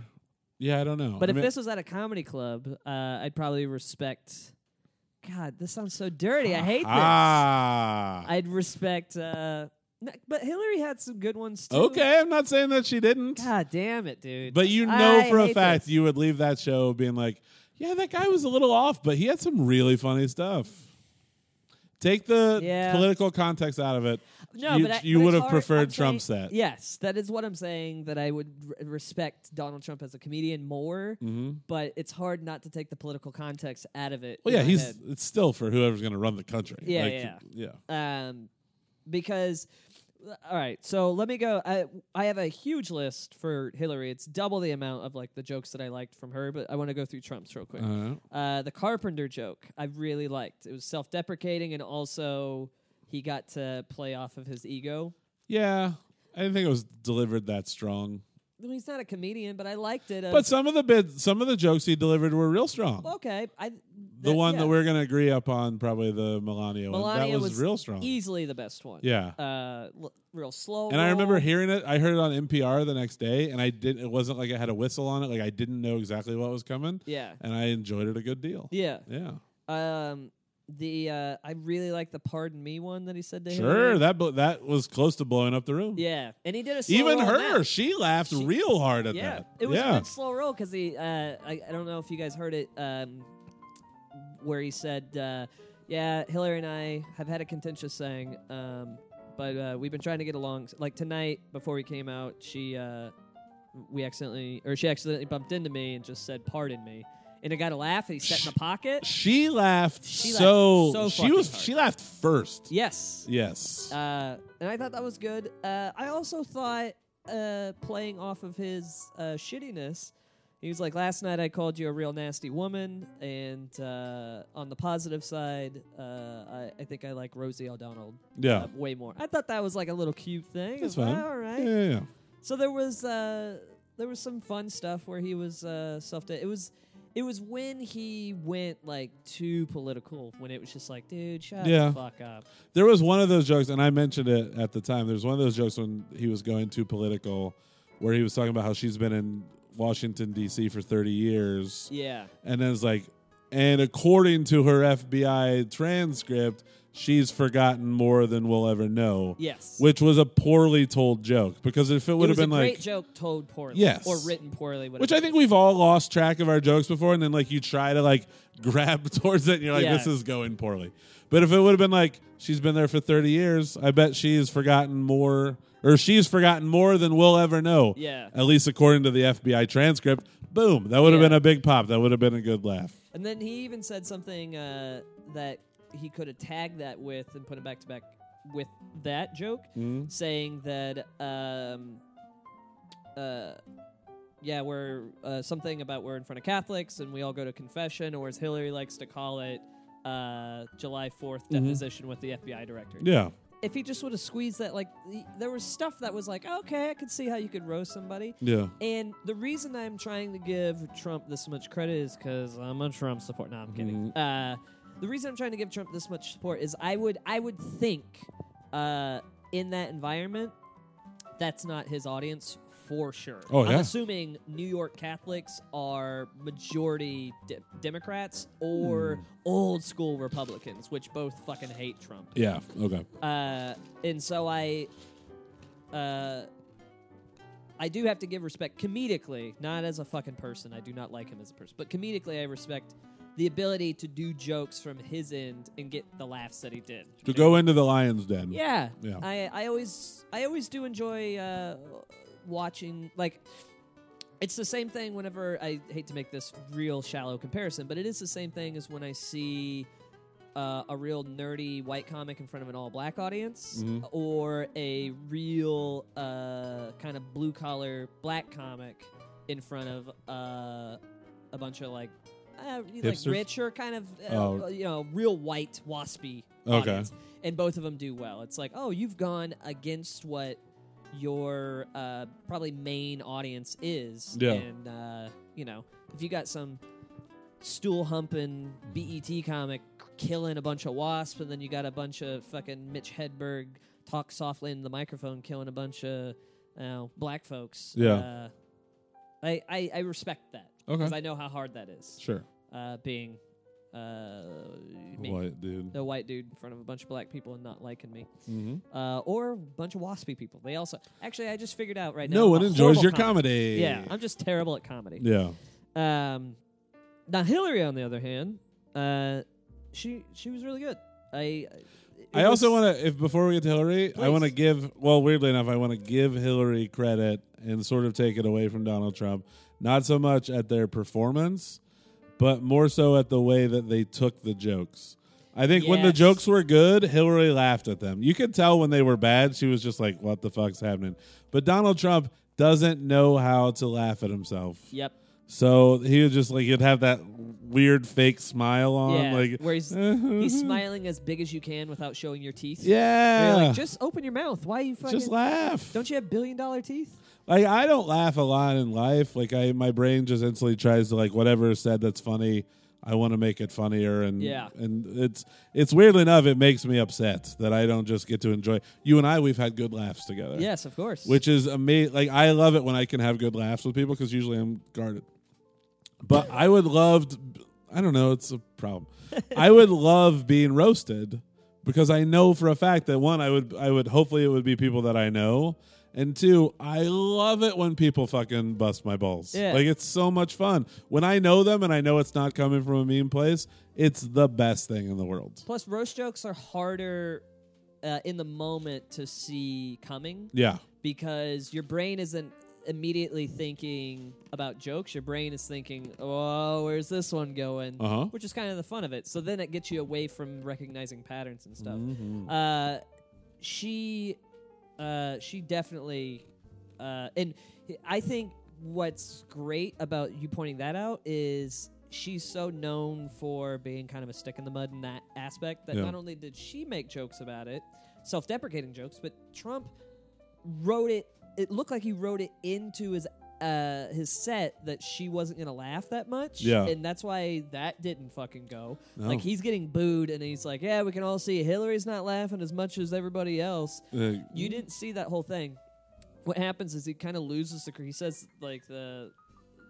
Speaker 2: Yeah, I don't know.
Speaker 1: but
Speaker 2: I
Speaker 1: if
Speaker 2: mean,
Speaker 1: this was at a comedy club, uh, I'd probably respect God, this sounds so dirty. I hate this.
Speaker 2: Ah.
Speaker 1: I'd respect, uh, n- but Hillary had some good ones too.
Speaker 2: Okay, I'm not saying that she didn't.
Speaker 1: God damn it, dude.
Speaker 2: But you know
Speaker 1: I
Speaker 2: for a
Speaker 1: hate
Speaker 2: fact
Speaker 1: this.
Speaker 2: you would leave that show being like, yeah, that guy was a little off, but he had some really funny stuff. Take the
Speaker 1: Yeah.
Speaker 2: political context out of it.
Speaker 1: No,
Speaker 2: you,
Speaker 1: but I,
Speaker 2: you
Speaker 1: but
Speaker 2: would
Speaker 1: it's
Speaker 2: have
Speaker 1: hard-
Speaker 2: preferred
Speaker 1: I'm saying-
Speaker 2: Trump's set.
Speaker 1: Yes, that is what I'm saying. That I would r- respect Donald Trump as a comedian more, but it's hard not to take the political context out of it.
Speaker 2: Mm-hmm. Well,
Speaker 1: in
Speaker 2: yeah,
Speaker 1: my
Speaker 2: he's
Speaker 1: head.
Speaker 2: it's still for whoever's going to run the country.
Speaker 1: Yeah,
Speaker 2: Like,
Speaker 1: yeah.
Speaker 2: yeah.
Speaker 1: um, because uh, all right so let me go I, I have a huge list for hillary it's double the amount of like the jokes that i liked from her but i want to go through trump's real quick
Speaker 2: Alright.
Speaker 1: uh, the carpenter joke i really liked it was self-deprecating and also he got to play off of his ego
Speaker 2: Yeah. I didn't think it was delivered that strong.
Speaker 1: well, he's not a comedian but i liked it of-
Speaker 2: But some of the bits, some of the jokes he delivered were real strong.
Speaker 1: okay I,
Speaker 2: the one
Speaker 1: yeah.
Speaker 2: that we're going to agree up on, probably the Melania, one.
Speaker 1: melania
Speaker 2: That was, real strong.
Speaker 1: easily the best one
Speaker 2: Yeah.
Speaker 1: uh, l- real slow
Speaker 2: And I remember
Speaker 1: roll.
Speaker 2: hearing it. I heard it on NPR the next day, and I didn't. It wasn't like it had a whistle on it. Like I didn't know exactly what was coming.
Speaker 1: Yeah.
Speaker 2: And I enjoyed it a good deal.
Speaker 1: yeah
Speaker 2: Yeah.
Speaker 1: Um, the uh, I really like the pardon me one that he said to
Speaker 2: Sure.
Speaker 1: Hillary.
Speaker 2: That bl- that was close to blowing up the room.
Speaker 1: yeah, and he did a slow
Speaker 2: Even
Speaker 1: roll on
Speaker 2: her,
Speaker 1: that.
Speaker 2: she laughed real hard at
Speaker 1: yeah,
Speaker 2: that.
Speaker 1: it was
Speaker 2: yeah.
Speaker 1: a good slow roll because he. Uh, I, I don't know if you guys heard it. Um, where he said, uh, "Yeah, Hillary and I have had a contentious thing, um, but uh, we've been trying to get along. Like tonight, before we came out, she uh, we accidentally or she accidentally bumped into me and just said, "Pardon me," and it got a laugh. And he set in the pocket.
Speaker 2: She laughed
Speaker 1: She laughed
Speaker 2: so.
Speaker 1: so
Speaker 2: she
Speaker 1: fucking
Speaker 2: was.
Speaker 1: hard.
Speaker 2: She laughed first.
Speaker 1: Yes.
Speaker 2: Yes.
Speaker 1: Uh, and I thought that was good. Uh, I also thought uh, playing off of his uh, shittiness, he was like, "Last night I called you a real nasty woman," and uh, on the positive side, uh, I, I think I like Rosie O'Donnell
Speaker 2: yeah.
Speaker 1: uh, way more. I thought that was like a little cute thing.
Speaker 2: That's
Speaker 1: It was
Speaker 2: fine.
Speaker 1: like, All right.
Speaker 2: Yeah, yeah, yeah.
Speaker 1: So there was uh, there was some fun stuff where he was uh, self. It was. It was when he went like too political, when it was just like, dude, shut
Speaker 2: Yeah.
Speaker 1: the fuck up.
Speaker 2: There was one of those jokes, and I mentioned it at the time. There's one of those jokes when he was going too political, where he was talking about how she's been in Washington D.C. for 30 years,
Speaker 1: Yeah.
Speaker 2: and then it's like, and according to her FBI transcript, she's forgotten more than we'll ever know.
Speaker 1: Yes.
Speaker 2: which was a poorly told joke because if it would
Speaker 1: it
Speaker 2: have
Speaker 1: was
Speaker 2: been
Speaker 1: a great
Speaker 2: like.
Speaker 1: joke told poorly,
Speaker 2: Yes.
Speaker 1: or written poorly, whatever.
Speaker 2: Which I think we've all lost track of our jokes before, and then like you try to like grab towards it, and you're like,
Speaker 1: Yeah.
Speaker 2: "This is going poorly." But if it would have been like she's been there for 30 years, I bet she's forgotten more, or she's forgotten more than we'll ever know.
Speaker 1: Yeah.
Speaker 2: at least according to the FBI transcript. Boom, that would have
Speaker 1: Yeah.
Speaker 2: been a big pop. That would have been a good laugh.
Speaker 1: and then he even said something uh, that he could have tagged that with and put it back to back with that joke,
Speaker 2: Mm-hmm.
Speaker 1: saying that, um, uh, yeah, we're uh, something about we're in front of Catholics and we all go to confession, or as Hillary likes to call it, uh, July 4th deposition with the FBI director.
Speaker 2: Mm-hmm. Yeah,
Speaker 1: If he just would have squeezed that, like, the, there was stuff that was like, okay, I could see how you could roast somebody.
Speaker 2: yeah.
Speaker 1: And the reason I'm trying to give Trump this much credit is because I'm a Trump support. No, I'm
Speaker 2: Mm-hmm.
Speaker 1: kidding. Uh, the reason I'm trying to give Trump this much support is I would I would think uh, in that environment that's not his audience for sure.
Speaker 2: Oh,
Speaker 1: I'm
Speaker 2: yeah.
Speaker 1: assuming New York Catholics are majority de- Democrats or
Speaker 2: Hmm.
Speaker 1: old school Republicans, which both fucking hate Trump.
Speaker 2: Yeah. Okay.
Speaker 1: Uh, and so I, uh, I do have to give respect comedically, not as a fucking person. I do not like him as a person, but comedically, I respect the ability to do jokes from his end and get the laughs that he did.
Speaker 2: To go into the lion's den.
Speaker 1: Yeah,
Speaker 2: Mm. Yeah.
Speaker 1: I, I always, I always do enjoy uh, watching. Like, it's the same thing. Whenever I hate to make this real shallow comparison, but it is the same thing as when I see uh, a real nerdy white comic in front of an all black audience
Speaker 2: Mm-hmm.
Speaker 1: or a real uh, kind of blue collar black comic in front of uh, a bunch of like uh, like
Speaker 2: Hipsters?
Speaker 1: richer kind of uh,
Speaker 2: Oh.
Speaker 1: you know real white waspy
Speaker 2: Okay.
Speaker 1: audience. and both of them do well it's like oh you've gone against what your uh, probably main audience is
Speaker 2: Yeah.
Speaker 1: and uh, you know if you got some stool humping BET comic killing a bunch of wasps, and then you got a bunch of fucking Mitch Hedberg talk softly into the microphone killing a bunch of you know, black folks.
Speaker 2: Yeah.
Speaker 1: Uh, I, I I respect that
Speaker 2: Okay.
Speaker 1: because I know how hard that is.
Speaker 2: Sure.
Speaker 1: Uh, being uh, me.
Speaker 2: What, dude?
Speaker 1: The white dude in front of a bunch of black people and not liking me,
Speaker 2: Mm-hmm.
Speaker 1: uh, or a bunch of waspy people. They also actually, I just figured out right now.
Speaker 2: No
Speaker 1: I'm
Speaker 2: one
Speaker 1: a
Speaker 2: enjoys
Speaker 1: horrible
Speaker 2: your
Speaker 1: comic.
Speaker 2: comedy.
Speaker 1: Yeah, I'm just terrible at comedy.
Speaker 2: Yeah.
Speaker 1: Um, now Hillary, on the other hand, uh, she she was really good. I
Speaker 2: I also want to, if before we get to Hillary, I
Speaker 1: Please.
Speaker 2: want to give. Well, weirdly enough, I want to give Hillary credit and sort of take it away from Donald Trump. Not so much at their performance, but more so at the way that they took the jokes. I think when the
Speaker 1: Yes.
Speaker 2: jokes were good, Hillary laughed at them. You could tell when they were bad, she was just like, "What the fuck's happening?" But Donald Trump doesn't know how to laugh at himself.
Speaker 1: Yep.
Speaker 2: So he would just like he'd have that weird fake smile on,
Speaker 1: Yeah.
Speaker 2: like
Speaker 1: where he's he's smiling as big as you can without showing your teeth. Where
Speaker 2: yeah,
Speaker 1: you're like, just open your mouth. Why are you fucking?
Speaker 2: just laugh.
Speaker 1: Don't you have billion dollar teeth?
Speaker 2: Like I don't laugh a lot in life. Like I, my brain just instantly tries to like whatever is said that's funny. I want to make it funnier, and
Speaker 1: Yeah.
Speaker 2: and it's it's weirdly enough, it makes me upset that I don't just get to enjoy. You and I, we've had good laughs together.
Speaker 1: Yes, of course.
Speaker 2: which is amazing. Like I love it when I can have good laughs with people because usually I'm guarded. But I would love. To, I don't know. It's a problem. I would love being roasted because I know for a fact that one, I would, I would. Hopefully, it would be people that I know, and two, I love it when people fucking bust my balls.
Speaker 1: Yeah.
Speaker 2: Like it's so much fun when I know them and I know it's not coming from a mean place. It's the best thing in the world.
Speaker 1: plus roast jokes are harder uh, in the moment to see coming
Speaker 2: Yeah.
Speaker 1: because your brain isn't immediately thinking about jokes. Your brain is thinking, "Oh, where's this one going?"
Speaker 2: Uh-huh.
Speaker 1: Which is kind of the fun of it. So then it gets you away from recognizing patterns and stuff.
Speaker 2: Mm-hmm.
Speaker 1: Uh, she, uh, she definitely, uh, and I think what's great about you pointing that out is. She's so known for being kind of a stick in the mud in that aspect that
Speaker 2: Yeah.
Speaker 1: not only did she make jokes about it, self deprecating jokes, but Trump wrote it. It looked like he wrote it into his uh, his set that she wasn't gonna laugh that much.
Speaker 2: Yeah.
Speaker 1: and that's why that didn't fucking go.
Speaker 2: No.
Speaker 1: Like he's getting booed, and he's like, "Yeah, we can all see Hillary's not laughing as much as everybody else."
Speaker 2: Uh,
Speaker 1: You didn't see that whole thing. What happens is he kind of loses the. He says like the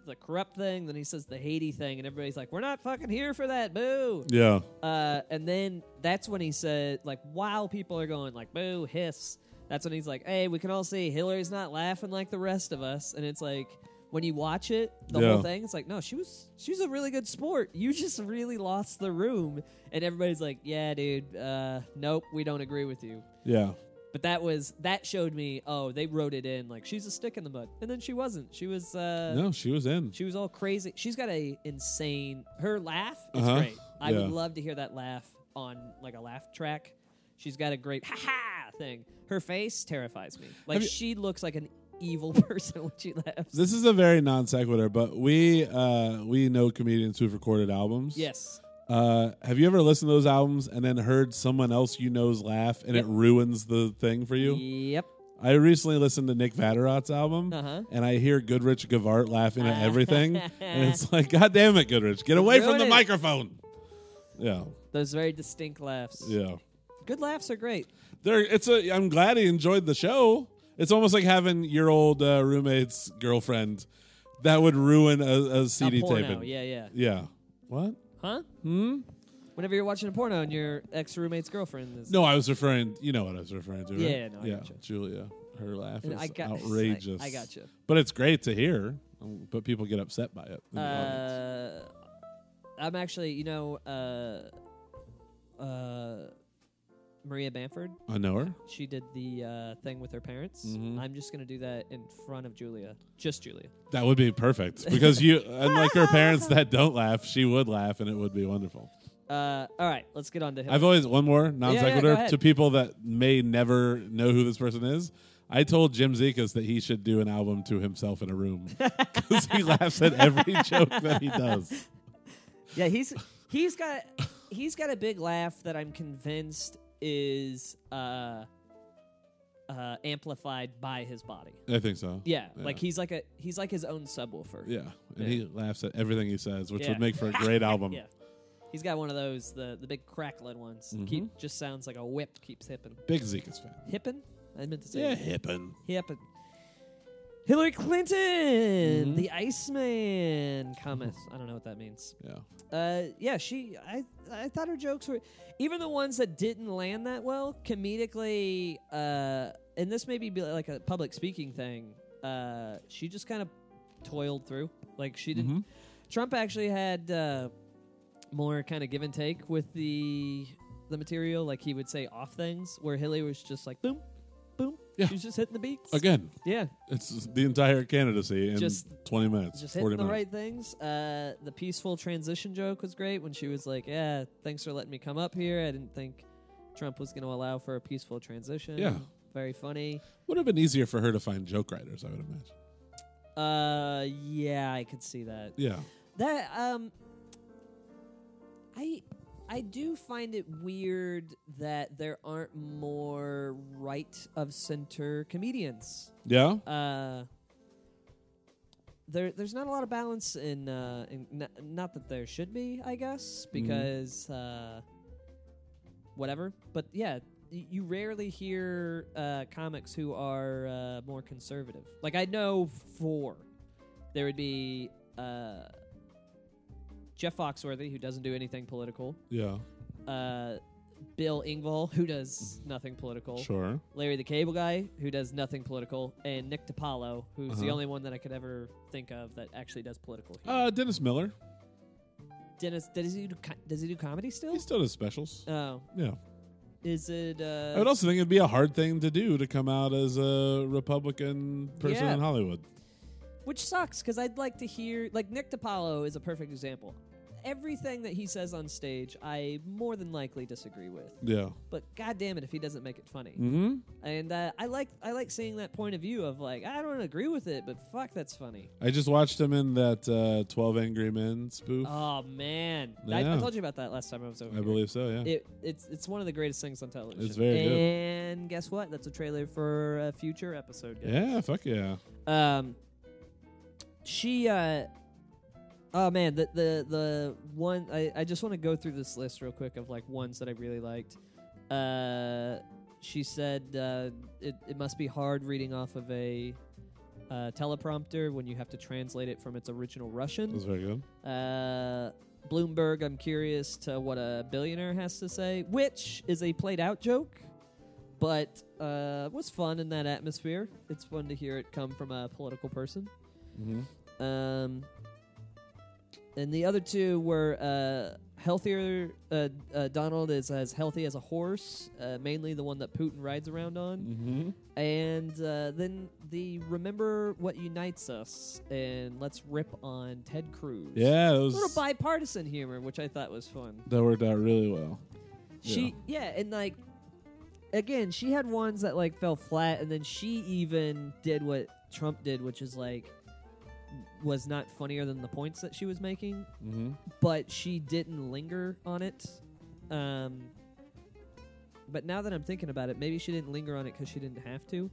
Speaker 1: the corrupt thing, then he says the Haiti thing, and everybody's like, "We're not fucking here for that, boo."
Speaker 2: yeah.
Speaker 1: Uh, and then that's when he said, like, while people are going, like, boo, hiss, that's when he's like, hey, we can all see Hillary's not laughing like the rest of us. And it's like, when you watch it, the
Speaker 2: Yeah.
Speaker 1: whole thing, it's like, no, she was she was a really good sport. You just really lost the room. And everybody's like, yeah, dude, uh, nope, we don't agree with you.
Speaker 2: Yeah.
Speaker 1: But that was that showed me, oh, they wrote it in like she's a stick in the mud, and then she wasn't. She was uh,
Speaker 2: No, she was in.
Speaker 1: she was all crazy. She's got a insane. Her laugh is
Speaker 2: Uh-huh.
Speaker 1: great. I
Speaker 2: Yeah.
Speaker 1: would love to hear that laugh on like a laugh track. She's got a great ha ha thing. Her face terrifies me. Like
Speaker 2: Have you-
Speaker 1: she looks like an evil person when she laughs.
Speaker 2: This is a very non sequitur, but we uh, we know comedians who've recorded albums.
Speaker 1: yes.
Speaker 2: Uh, have you ever listened to those albums and then heard someone else you know's laugh and
Speaker 1: Yep.
Speaker 2: it ruins the thing for you?
Speaker 1: Yep.
Speaker 2: I recently listened to Nick Vaderot's album
Speaker 1: Uh-huh.
Speaker 2: and I hear Goodrich Gavart laughing at everything, and it's like, God damn it, Goodrich, get away from
Speaker 1: Ruin
Speaker 2: the
Speaker 1: it."
Speaker 2: microphone. Yeah,
Speaker 1: Those very distinct laughs.
Speaker 2: yeah.
Speaker 1: Good laughs are great.
Speaker 2: There, it's a. I'm glad he enjoyed the show. It's almost like having your old uh, roommate's girlfriend that would ruin a, a
Speaker 1: A
Speaker 2: CD
Speaker 1: porno.
Speaker 2: taping.
Speaker 1: Yeah, yeah.
Speaker 2: Yeah. What?
Speaker 1: Huh? Hmm? Whenever you're watching a porno and your ex roommate's girlfriend is
Speaker 2: No, I was referring. You know what I was referring to? Right?
Speaker 1: Yeah, no, I
Speaker 2: yeah.
Speaker 1: gotcha.
Speaker 2: Julia, her laugh
Speaker 1: And
Speaker 2: is
Speaker 1: I got-
Speaker 2: outrageous.
Speaker 1: I- I gotcha.
Speaker 2: But it's great to hear. um, But people get upset by it. in the
Speaker 1: Uh,
Speaker 2: audience.
Speaker 1: I'm actually, you know, uh, uh, Maria Bamford.
Speaker 2: I know her.
Speaker 1: She did the uh, thing with her parents.
Speaker 2: Mm-hmm.
Speaker 1: I'm just gonna do that in front of Julia, just Julia.
Speaker 2: That would be perfect because you, unlike her parents that don't laugh, she would laugh, and it would be wonderful.
Speaker 1: Uh, all right, let's get on to him.
Speaker 2: I've always one more non
Speaker 1: yeah,
Speaker 2: sequitur
Speaker 1: go ahead.
Speaker 2: to people that may never know who this person is. I told Jim Zekas that he should do an album to himself in a room because he laughs at every joke that he does.
Speaker 1: yeah, he's he's got he's got a big laugh that I'm convinced is uh, uh, amplified by his body.
Speaker 2: I think so.
Speaker 1: Yeah, like he's like a he's like his own subwoofer.
Speaker 2: Yeah, and he laughs at everything he says, which
Speaker 1: Yeah.
Speaker 2: would make for a great album.
Speaker 1: Yeah. He's got one of those, the the big crackling ones.
Speaker 2: Mm-hmm.
Speaker 1: Keep just sounds like a whip keeps hippin'.
Speaker 2: Big Zekas fan.
Speaker 1: Hippin? I meant to say
Speaker 2: Yeah, hippin'.
Speaker 1: hippin. Hillary Clinton, the Iceman cometh. I don't know what that means.
Speaker 2: Yeah.
Speaker 1: Uh, yeah, she. I I thought her jokes were even the ones that didn't land that well comedically. Uh, and this may be like a public speaking thing. Uh, she just kind of toiled through. Like she didn't. Trump actually had uh, more kind of give and take with the the material. Like he would say off things, where Hillary was just like boom, boom.
Speaker 2: Yeah.
Speaker 1: She was just hitting the beats.
Speaker 2: Again,
Speaker 1: Yeah,
Speaker 2: it's just the entire candidacy in
Speaker 1: Just-
Speaker 2: 20 minutes,
Speaker 1: just
Speaker 2: 40
Speaker 1: hitting the
Speaker 2: minutes.
Speaker 1: right things. Uh, the peaceful transition joke was great when she was like, "Yeah, thanks for letting me come up here. I didn't think Trump was going to allow for a peaceful transition."
Speaker 2: Yeah.
Speaker 1: very funny.
Speaker 2: Would have been easier for her to find joke writers, I would imagine.
Speaker 1: Uh, yeah, I could see that.
Speaker 2: Yeah.
Speaker 1: That um, I I do find it weird that there aren't more right of center comedians.
Speaker 2: Yeah.
Speaker 1: uh, there there's not a lot of balance in uh, in n- not that there should be, I guess, because uh, whatever. But yeah, y- you rarely hear uh, comics who are uh, more conservative. Like I know four. There would be uh, Jeff Foxworthy, who doesn't do anything political.
Speaker 2: Yeah.
Speaker 1: Uh, Bill Ingvall, who does nothing political.
Speaker 2: Sure.
Speaker 1: Larry the Cable Guy, who does nothing political, and Nick DiPaolo, who's the
Speaker 2: Uh-huh.
Speaker 1: only one that I could ever think of that actually does political. Here.
Speaker 2: Uh, Dennis Miller.
Speaker 1: Dennis, does he do, co- does he do comedy still?
Speaker 2: He still does specials.
Speaker 1: Oh,
Speaker 2: yeah.
Speaker 1: is it? Uh,
Speaker 2: I would also think it'd be a hard thing to do to come out as a Republican person
Speaker 1: Yeah.
Speaker 2: in Hollywood.
Speaker 1: which sucks because I'd like to hear like Nick DiPaolo is a perfect example. Everything that he says on stage, I more than likely disagree with.
Speaker 2: Yeah.
Speaker 1: But goddamn it, if he doesn't make it funny,
Speaker 2: Mm-hmm.
Speaker 1: and uh, I like I like seeing that point of view of like I don't agree with it, but fuck, that's funny.
Speaker 2: I just watched him in that uh, 12 Angry Men spoof.
Speaker 1: Oh man, I- I,
Speaker 2: Yeah.
Speaker 1: told you about that last time I was over.
Speaker 2: I
Speaker 1: here.
Speaker 2: believe so, yeah.
Speaker 1: It, it's it's one of the greatest things on television.
Speaker 2: It's very good.
Speaker 1: And guess what? That's a trailer for a future episode. guys.
Speaker 2: yeah, fuck yeah.
Speaker 1: Um. She. Uh, oh man, the the the one. I I just want to go through this list real quick of like ones that I really liked. Uh, she said uh, it it must be hard reading off of a. Uh, teleprompter when you have to translate it from its original Russian.
Speaker 2: That was very good.
Speaker 1: Uh, Bloomberg, I'm curious to what a billionaire has to say, which is a played out joke, but uh, was fun in that atmosphere. It's fun to hear it come from a political person.
Speaker 2: Mm-hmm.
Speaker 1: Um, and the other two were uh, healthier. Uh, uh, Donald is as healthy as a horse, uh, mainly the one that Putin rides around on.
Speaker 2: Mm-hmm.
Speaker 1: And uh, then the remember what unites us, and let's rip on Ted Cruz.
Speaker 2: Yeah, that
Speaker 1: little
Speaker 2: was,
Speaker 1: bipartisan humor, which I thought was fun.
Speaker 2: that worked out really well.
Speaker 1: She, yeah, and like again, she had ones that like fell flat, and then she even did what Trump did, which is like was not funnier than the points that she was making,
Speaker 2: Mm-hmm.
Speaker 1: but she didn't linger on it. Um, but now that I'm thinking about it, maybe she didn't linger on it because she didn't have to.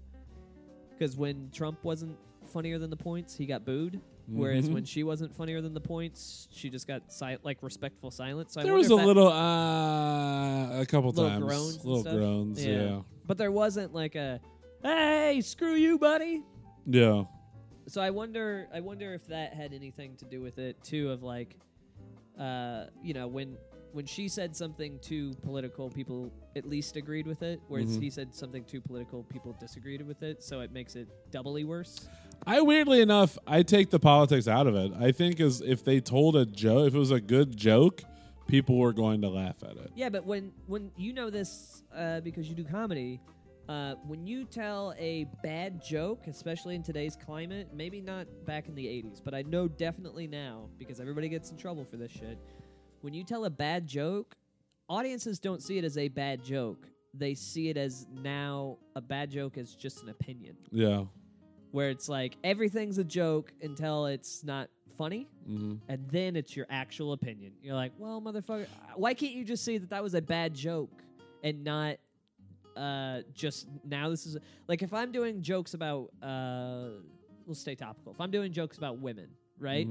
Speaker 1: Because when Trump wasn't funnier than the points, he got booed. Whereas
Speaker 2: Mhm.
Speaker 1: when she wasn't funnier than the points, she just got si- like respectful silence. So I
Speaker 2: There
Speaker 1: wonder
Speaker 2: was
Speaker 1: if
Speaker 2: a
Speaker 1: that-
Speaker 2: little, uh, a couple
Speaker 1: Little
Speaker 2: times.
Speaker 1: groans and
Speaker 2: little
Speaker 1: stuff?
Speaker 2: groans, yeah.
Speaker 1: But there wasn't like a, hey, screw you, buddy.
Speaker 2: Yeah.
Speaker 1: So I wonder, I wonder if that had anything to do with it too. Of like, uh, you know, when when she said something too political, people at least agreed with it. Whereas
Speaker 2: Mm-hmm.
Speaker 1: he said something too political, people disagreed with it. So it makes it doubly worse.
Speaker 2: I weirdly enough, I take the politics out of it. I think as if they told a joke, if it was a good joke, people were going to laugh at it.
Speaker 1: Yeah, but when when you know this uh, because you do comedy, uh, when you tell a bad joke, especially in today's climate, maybe not back in the '80s, but I know definitely now because everybody gets in trouble for this shit. When you tell a bad joke, audiences don't see it as a bad joke. They see it as now a bad joke is just an opinion,
Speaker 2: Yeah.
Speaker 1: where it's like everything's a joke until it's not funny
Speaker 2: Mm-hmm.
Speaker 1: and then it's your actual opinion. You're like, well, motherfucker, why can't you just say that that was a bad joke and not uh, just now? This is like if I'm doing jokes about, uh, we'll stay topical. If I'm doing jokes about women, right?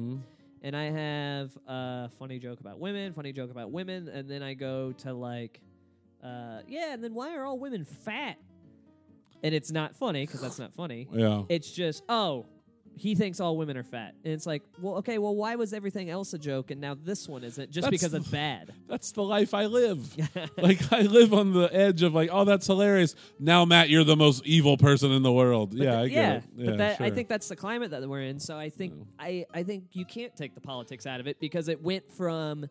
Speaker 1: And I have a funny joke about women, funny joke about women, and then I go to like, uh, yeah, and then why are all women fat? and it's not funny because that's not funny.
Speaker 2: Yeah.
Speaker 1: It's just oh, he thinks all women are fat, and it's like, well, okay, well, why was everything else a joke and now this one isn't? Just
Speaker 2: That's-
Speaker 1: because it's bad.
Speaker 2: That's the life I live. like I live on the edge of like, oh, that's hilarious. Now, Matt, you're the most evil person in the world. yeah, I get
Speaker 1: yeah,
Speaker 2: it.
Speaker 1: but that, I
Speaker 2: sure.
Speaker 1: think that's the climate that we're in. So I think I, I think you can't take the politics out of it because it went from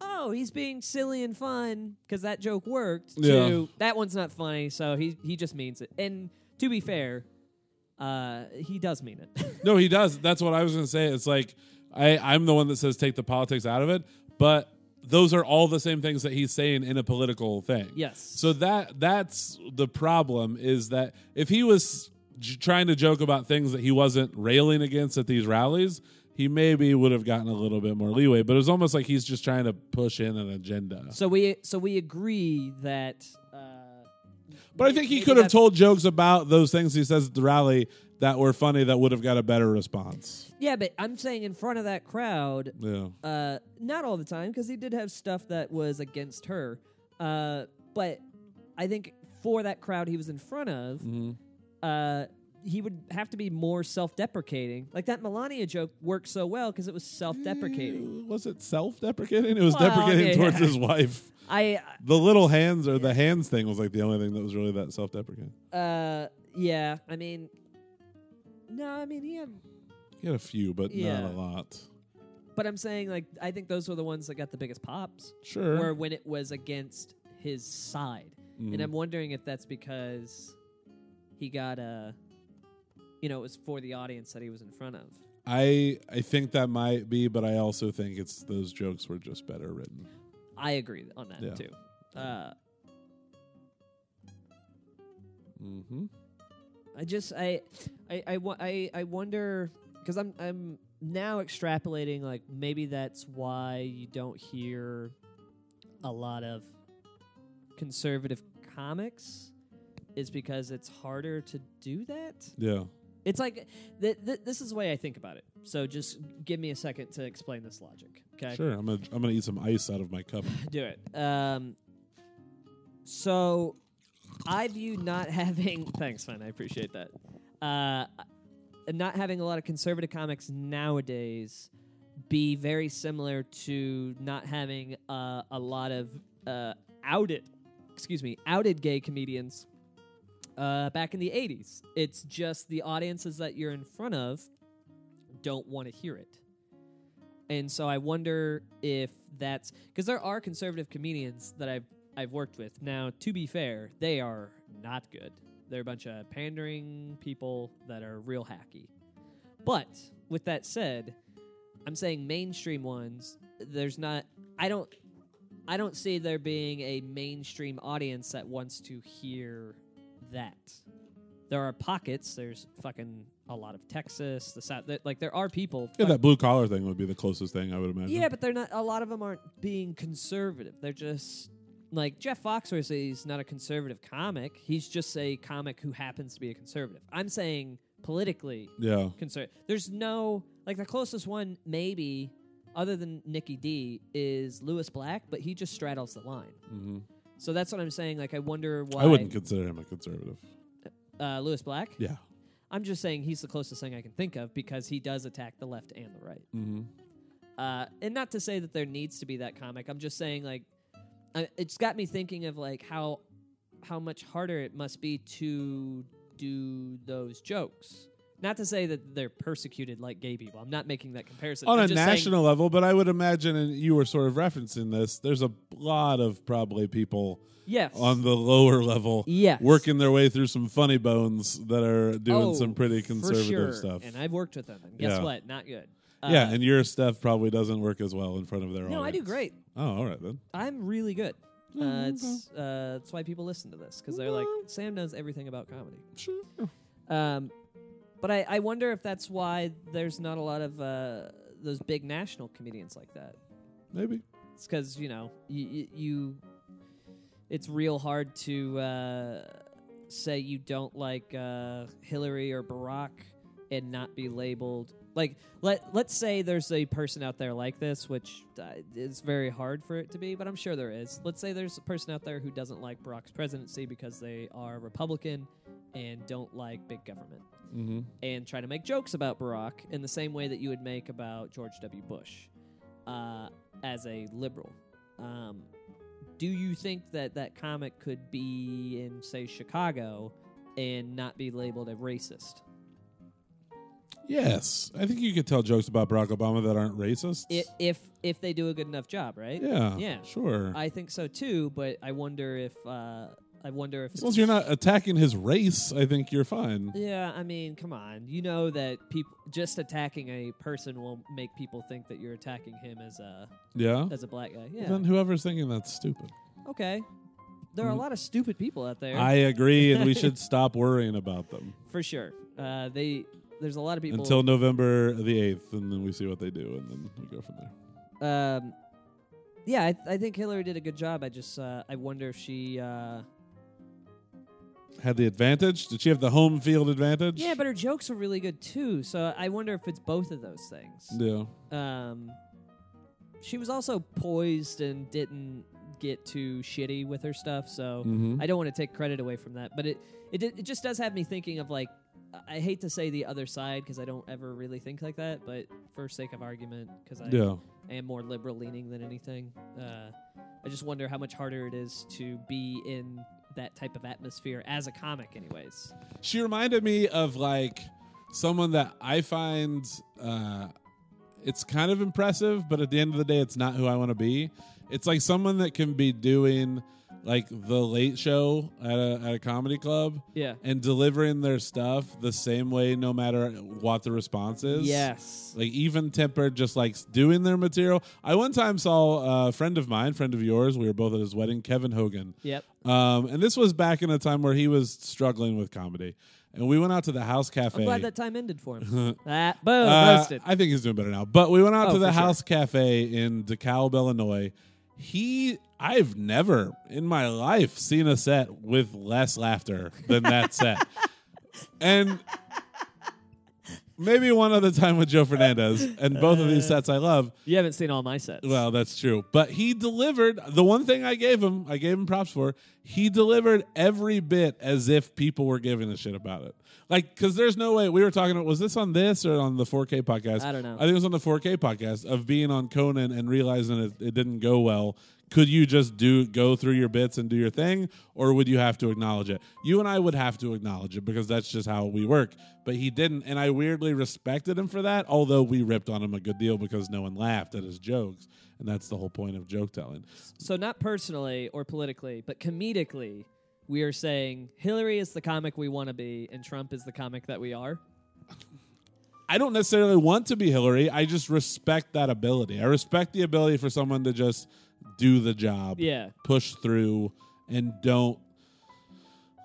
Speaker 1: oh he's being silly and fun because that joke worked
Speaker 2: Yeah.
Speaker 1: to that one's not funny so he he just means it. And to be fair, uh, he does mean it.
Speaker 2: No, he does. That's what I was going to say. It's like I, I'm the one that says take the politics out of it, but those are all the same things that he's saying in a political thing.
Speaker 1: Yes.
Speaker 2: So that that's the problem is that if he was j- trying to joke about things that he wasn't railing against at these rallies, he maybe would have gotten a little bit more leeway. But it was almost like he's just trying to push in an agenda.
Speaker 1: so we so we agree that. Uh,
Speaker 2: But I think he
Speaker 1: Maybe
Speaker 2: could have
Speaker 1: that's-
Speaker 2: told jokes about those things he says at the rally that were funny that would have got a better response.
Speaker 1: yeah, but I'm saying in front of that crowd,
Speaker 2: Yeah.
Speaker 1: uh, not all the time because he did have stuff that was against her. Uh, but I think for that crowd he was in front of, uh, he would have to be more self-deprecating. Like that Melania joke worked so well because it was self-deprecating.
Speaker 2: Was it self-deprecating? It was
Speaker 1: Well,
Speaker 2: deprecating
Speaker 1: yeah.
Speaker 2: towards his wife.
Speaker 1: I
Speaker 2: The little hands or the hands thing was like the only thing that was really that self-deprecating.
Speaker 1: uh, yeah, I mean, no, I mean he had,
Speaker 2: He had a few, but
Speaker 1: Yeah.
Speaker 2: not a lot.
Speaker 1: but I'm saying like I think those were the ones that got the biggest pops.
Speaker 2: Sure.
Speaker 1: Where when it was against his side. And I'm wondering if that's because he got a you know, it was for the audience that he was in front of.
Speaker 2: I I think that might be, but I also think it's those jokes were just better written.
Speaker 1: I agree on that
Speaker 2: Yeah.
Speaker 1: too. Uh
Speaker 2: Mm-hmm.
Speaker 1: I just I I I wo- I, I wonder because I'm I'm now extrapolating like maybe that's why you don't hear a lot of conservative comics is because it's harder to do that.
Speaker 2: Yeah.
Speaker 1: It's like th- th- this is the way I think about it. So just give me a second to explain this logic. Okay,
Speaker 2: Sure. I'm gonna I'm gonna eat some ice out of my cup.
Speaker 1: do it. Um, so I view not having thanks, man. I appreciate that. Uh, not having a lot of conservative comics nowadays be very similar to not having uh, a lot of uh, outed, excuse me, outed gay comedians uh, back in the 80s. It's just the audiences that you're in front of don't want to hear it. And so I wonder if that's because there are conservative comedians that I've I've worked with. Now, to be fair, they are not good. They're a bunch of pandering people that are real hacky. But with that said, I'm saying mainstream ones, there's not I don't I don't see there being a mainstream audience that wants to hear that. There are pockets. There's fucking a lot of Texas, the South. that- Like there are people.
Speaker 2: Yeah, that blue collar thing would be the closest thing I would imagine.
Speaker 1: Yeah, but they're not. A lot of them aren't being conservative. They're just like Jeff Foxworthy is not a conservative comic. He's just a comic who happens to be a conservative. I'm saying politically
Speaker 2: Yeah.
Speaker 1: conservative. There's no like the closest one maybe other than Nikki D is Lewis Black, but he just straddles the line. Mm-hmm. So that's what I'm saying. Like I wonder why
Speaker 2: I wouldn't consider him a conservative.
Speaker 1: uh, Lewis Black.
Speaker 2: Yeah.
Speaker 1: I'm just saying he's the closest thing I can think of because he does attack the left and the right. Mm-hmm. Uh, and not to say that there needs to be that comic. I'm just saying like I, it's got me thinking of like how how much harder it must be to do those jokes. Not to say that they're persecuted like gay people. I'm not making that comparison.
Speaker 2: on
Speaker 1: I'm
Speaker 2: a
Speaker 1: just saying-
Speaker 2: national level, but I would imagine, and you were sort of referencing this, there's a lot of probably people
Speaker 1: yes.
Speaker 2: on the lower level
Speaker 1: Yes.
Speaker 2: working their way through some funny bones that are doing
Speaker 1: Oh,
Speaker 2: some pretty
Speaker 1: for
Speaker 2: conservative
Speaker 1: sure.
Speaker 2: stuff.
Speaker 1: And I've worked with them. And guess
Speaker 2: Yeah.
Speaker 1: what? Not good. Uh,
Speaker 2: yeah, and your stuff probably doesn't work as well in front of their
Speaker 1: No, I do great.
Speaker 2: Oh, all right then.
Speaker 1: I'm really good. Uh, it's uh, that's why people listen to this because they're like, Sam knows everything about comedy.
Speaker 2: Sure.
Speaker 1: Um, but I, I wonder if that's why there's not a lot of uh, those big national comedians like that.
Speaker 2: Maybe.
Speaker 1: It's because you know you, you it's real hard to uh, say you don't like uh, Hillary or Barack and not be labeled like let let's say there's a person out there like this, which uh, it's very hard for it to be, but I'm sure there is. Let's say there's a person out there who doesn't like Barack's presidency because they are Republican and don't like big government and try to make jokes about Barack in the same way that you would make about George W. Bush uh, as a liberal. Um, do you think that that comic could be in, say, Chicago and not be labeled a racist?
Speaker 2: Yes, I think you could tell jokes about Barack Obama that aren't racist.
Speaker 1: I- If if they do a good enough job, right?
Speaker 2: yeah,
Speaker 1: yeah,
Speaker 2: sure.
Speaker 1: I think so too, but I wonder if uh, I wonder if
Speaker 2: as long as you're not attacking his race, I think you're fine.
Speaker 1: Yeah, I mean, come on. You know that people just attacking a person will make people think that you're attacking him as a
Speaker 2: Yeah.
Speaker 1: as a black guy. Yeah.
Speaker 2: Then whoever's thinking that's stupid.
Speaker 1: okay. There are a lot of stupid people out there
Speaker 2: Mm. I agree, and we should stop worrying about them
Speaker 1: for sure. Uh, they there's a lot of people
Speaker 2: until November the eighth, and then we see what they do, and then we go from there.
Speaker 1: um, yeah, I, I think Hillary did a good job. I just uh, I wonder if she uh,
Speaker 2: Had the advantage? Did she have the home field advantage?
Speaker 1: yeah, but her jokes were really good too. So I wonder if it's both of those things.
Speaker 2: yeah.
Speaker 1: um, she was also poised and didn't get too shitty with her stuff. So
Speaker 2: Mm-hmm.
Speaker 1: I don't want to take credit away from that, but it it did- it just does have me thinking of like I I hate to say the other side because I don't ever really think like that, but for sake of argument, because I
Speaker 2: Yeah.
Speaker 1: am more liberal leaning than anything, uh, I just wonder how much harder it is to be in that type of atmosphere as a comic, anyways.
Speaker 2: She reminded me of like someone that I find uh, it's kind of impressive, but at the end of the day, it's not who I want to be. It's like someone that can be doing like the late show at a, at a comedy club
Speaker 1: Yeah.
Speaker 2: and delivering their stuff the same way no matter what the response is.
Speaker 1: Yes.
Speaker 2: Like even tempered, just like doing their material. I one time saw a friend of mine, friend of yours, we were both at his wedding, Kevin Hogan.
Speaker 1: Yep.
Speaker 2: Um, and this was back in a time where he was struggling with comedy. And we went out to the house cafe.
Speaker 1: I'm glad that time ended for him. ah, boom,
Speaker 2: Uh,
Speaker 1: roasted.
Speaker 2: I think he's doing better now. But we went out
Speaker 1: Oh,
Speaker 2: to the
Speaker 1: for sure.
Speaker 2: house cafe in DeKalb, Illinois. He, I've never in my life seen a set with less laughter than that set. And maybe one other time with Joe Fernandez. And both of these sets I love.
Speaker 1: You haven't seen all my sets.
Speaker 2: Well, that's true. But he delivered the one thing I gave him, I gave him props for. He delivered every bit as if people were giving a shit about it. Like, because there's no way we were talking about, was this on this or on the 4K podcast?
Speaker 1: I don't know.
Speaker 2: I think it was on the 4K podcast of being on Conan and realizing it, it didn't go well. Could you just do go through your bits and do your thing, or would you have to acknowledge it? You and I would have to acknowledge it because that's just how we work. But he didn't, and I weirdly respected him for that. Although we ripped on him a good deal because no one laughed at his jokes, and that's the whole point of joke telling.
Speaker 1: So not personally or politically, but comedically, we are saying Hillary is the comic we want to be, and Trump is the comic that we are.
Speaker 2: I don't necessarily want to be Hillary. I just respect that ability. I respect the ability for someone to just do the job.
Speaker 1: Yeah.
Speaker 2: Push through and don't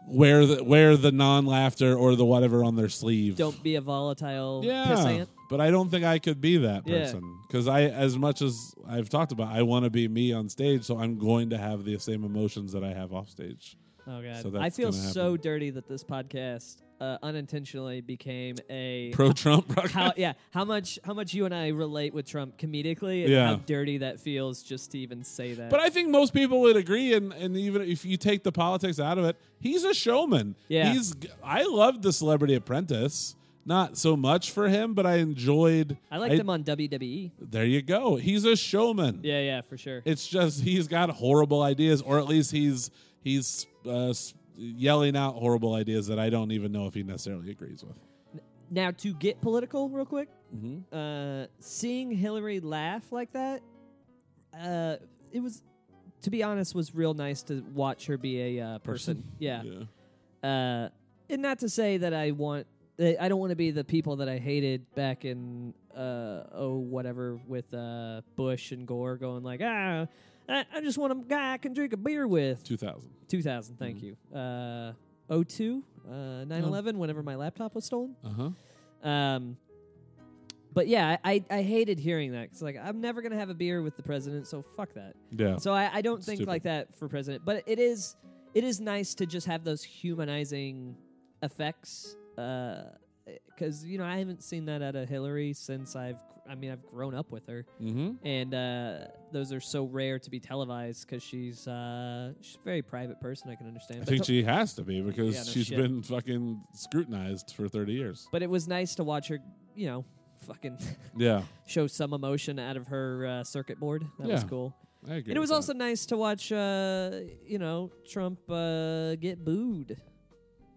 Speaker 2: wear the wear the non laughter or the whatever on their sleeve.
Speaker 1: Don't be a volatile
Speaker 2: yeah.
Speaker 1: pissant.
Speaker 2: But I don't think I could be that
Speaker 1: Yeah.
Speaker 2: person because I, as much as I've talked about, I want to be me on stage, so I'm going to have the same emotions that I have off stage.
Speaker 1: Oh god,
Speaker 2: So
Speaker 1: I
Speaker 2: that's
Speaker 1: feel
Speaker 2: gonna happen.
Speaker 1: so dirty that this podcast uh, unintentionally became a
Speaker 2: Pro Trump,
Speaker 1: how yeah how much how much you and I relate with Trump comedically, and
Speaker 2: Yeah.
Speaker 1: how dirty that feels just to even say that.
Speaker 2: But I think most people would agree, and, and even if you take the politics out of it, he's a showman.
Speaker 1: Yeah.
Speaker 2: he's. I loved the Celebrity Apprentice, not so much for him, but I enjoyed.
Speaker 1: I liked him on WWE.
Speaker 2: There you go. He's a showman.
Speaker 1: Yeah, yeah, for sure.
Speaker 2: It's just he's got horrible ideas, or at least he's he's uh, s- yelling out horrible ideas that I don't even know if he necessarily agrees with.
Speaker 1: Now to get political, real quick, uh, seeing Hillary laugh like that, uh, it was, to be honest, was real nice to watch her be a uh, person. Yeah.
Speaker 2: Yeah.
Speaker 1: Uh, and not to say that I want, that I don't want to be the people that I hated back in uh, oh whatever with uh, Bush and Gore going like ah, I, I just want a guy I can drink a beer with.
Speaker 2: Two thousand.
Speaker 1: 2000, thank you. Uh, 02, uh, 9-11, whenever my laptop was stolen.
Speaker 2: Uh huh.
Speaker 1: Um, but yeah, I, I I hated hearing that. It's like I'm never gonna have a beer with the president, so fuck that.
Speaker 2: Yeah.
Speaker 1: So I, I don't think
Speaker 2: Stupid.
Speaker 1: like that for president. But it is it is nice to just have those humanizing effects. Because you know I haven't seen that out of Hillary since I've I mean I've grown up with her,
Speaker 2: mm-hmm.
Speaker 1: and uh, those are so rare to be televised because she's uh, she's a very private person. I can understand.
Speaker 2: I
Speaker 1: But
Speaker 2: think
Speaker 1: to-
Speaker 2: she has to be because
Speaker 1: Yeah, no
Speaker 2: she's
Speaker 1: shit.
Speaker 2: been fucking scrutinized for 30 years.
Speaker 1: but it was nice to watch her, you know, fucking
Speaker 2: Yeah,
Speaker 1: show some emotion out of her uh, circuit board. That was
Speaker 2: Yeah.
Speaker 1: cool.
Speaker 2: I agree.
Speaker 1: And it was
Speaker 2: with
Speaker 1: also nice to watch, uh, you know, Trump uh, get booed.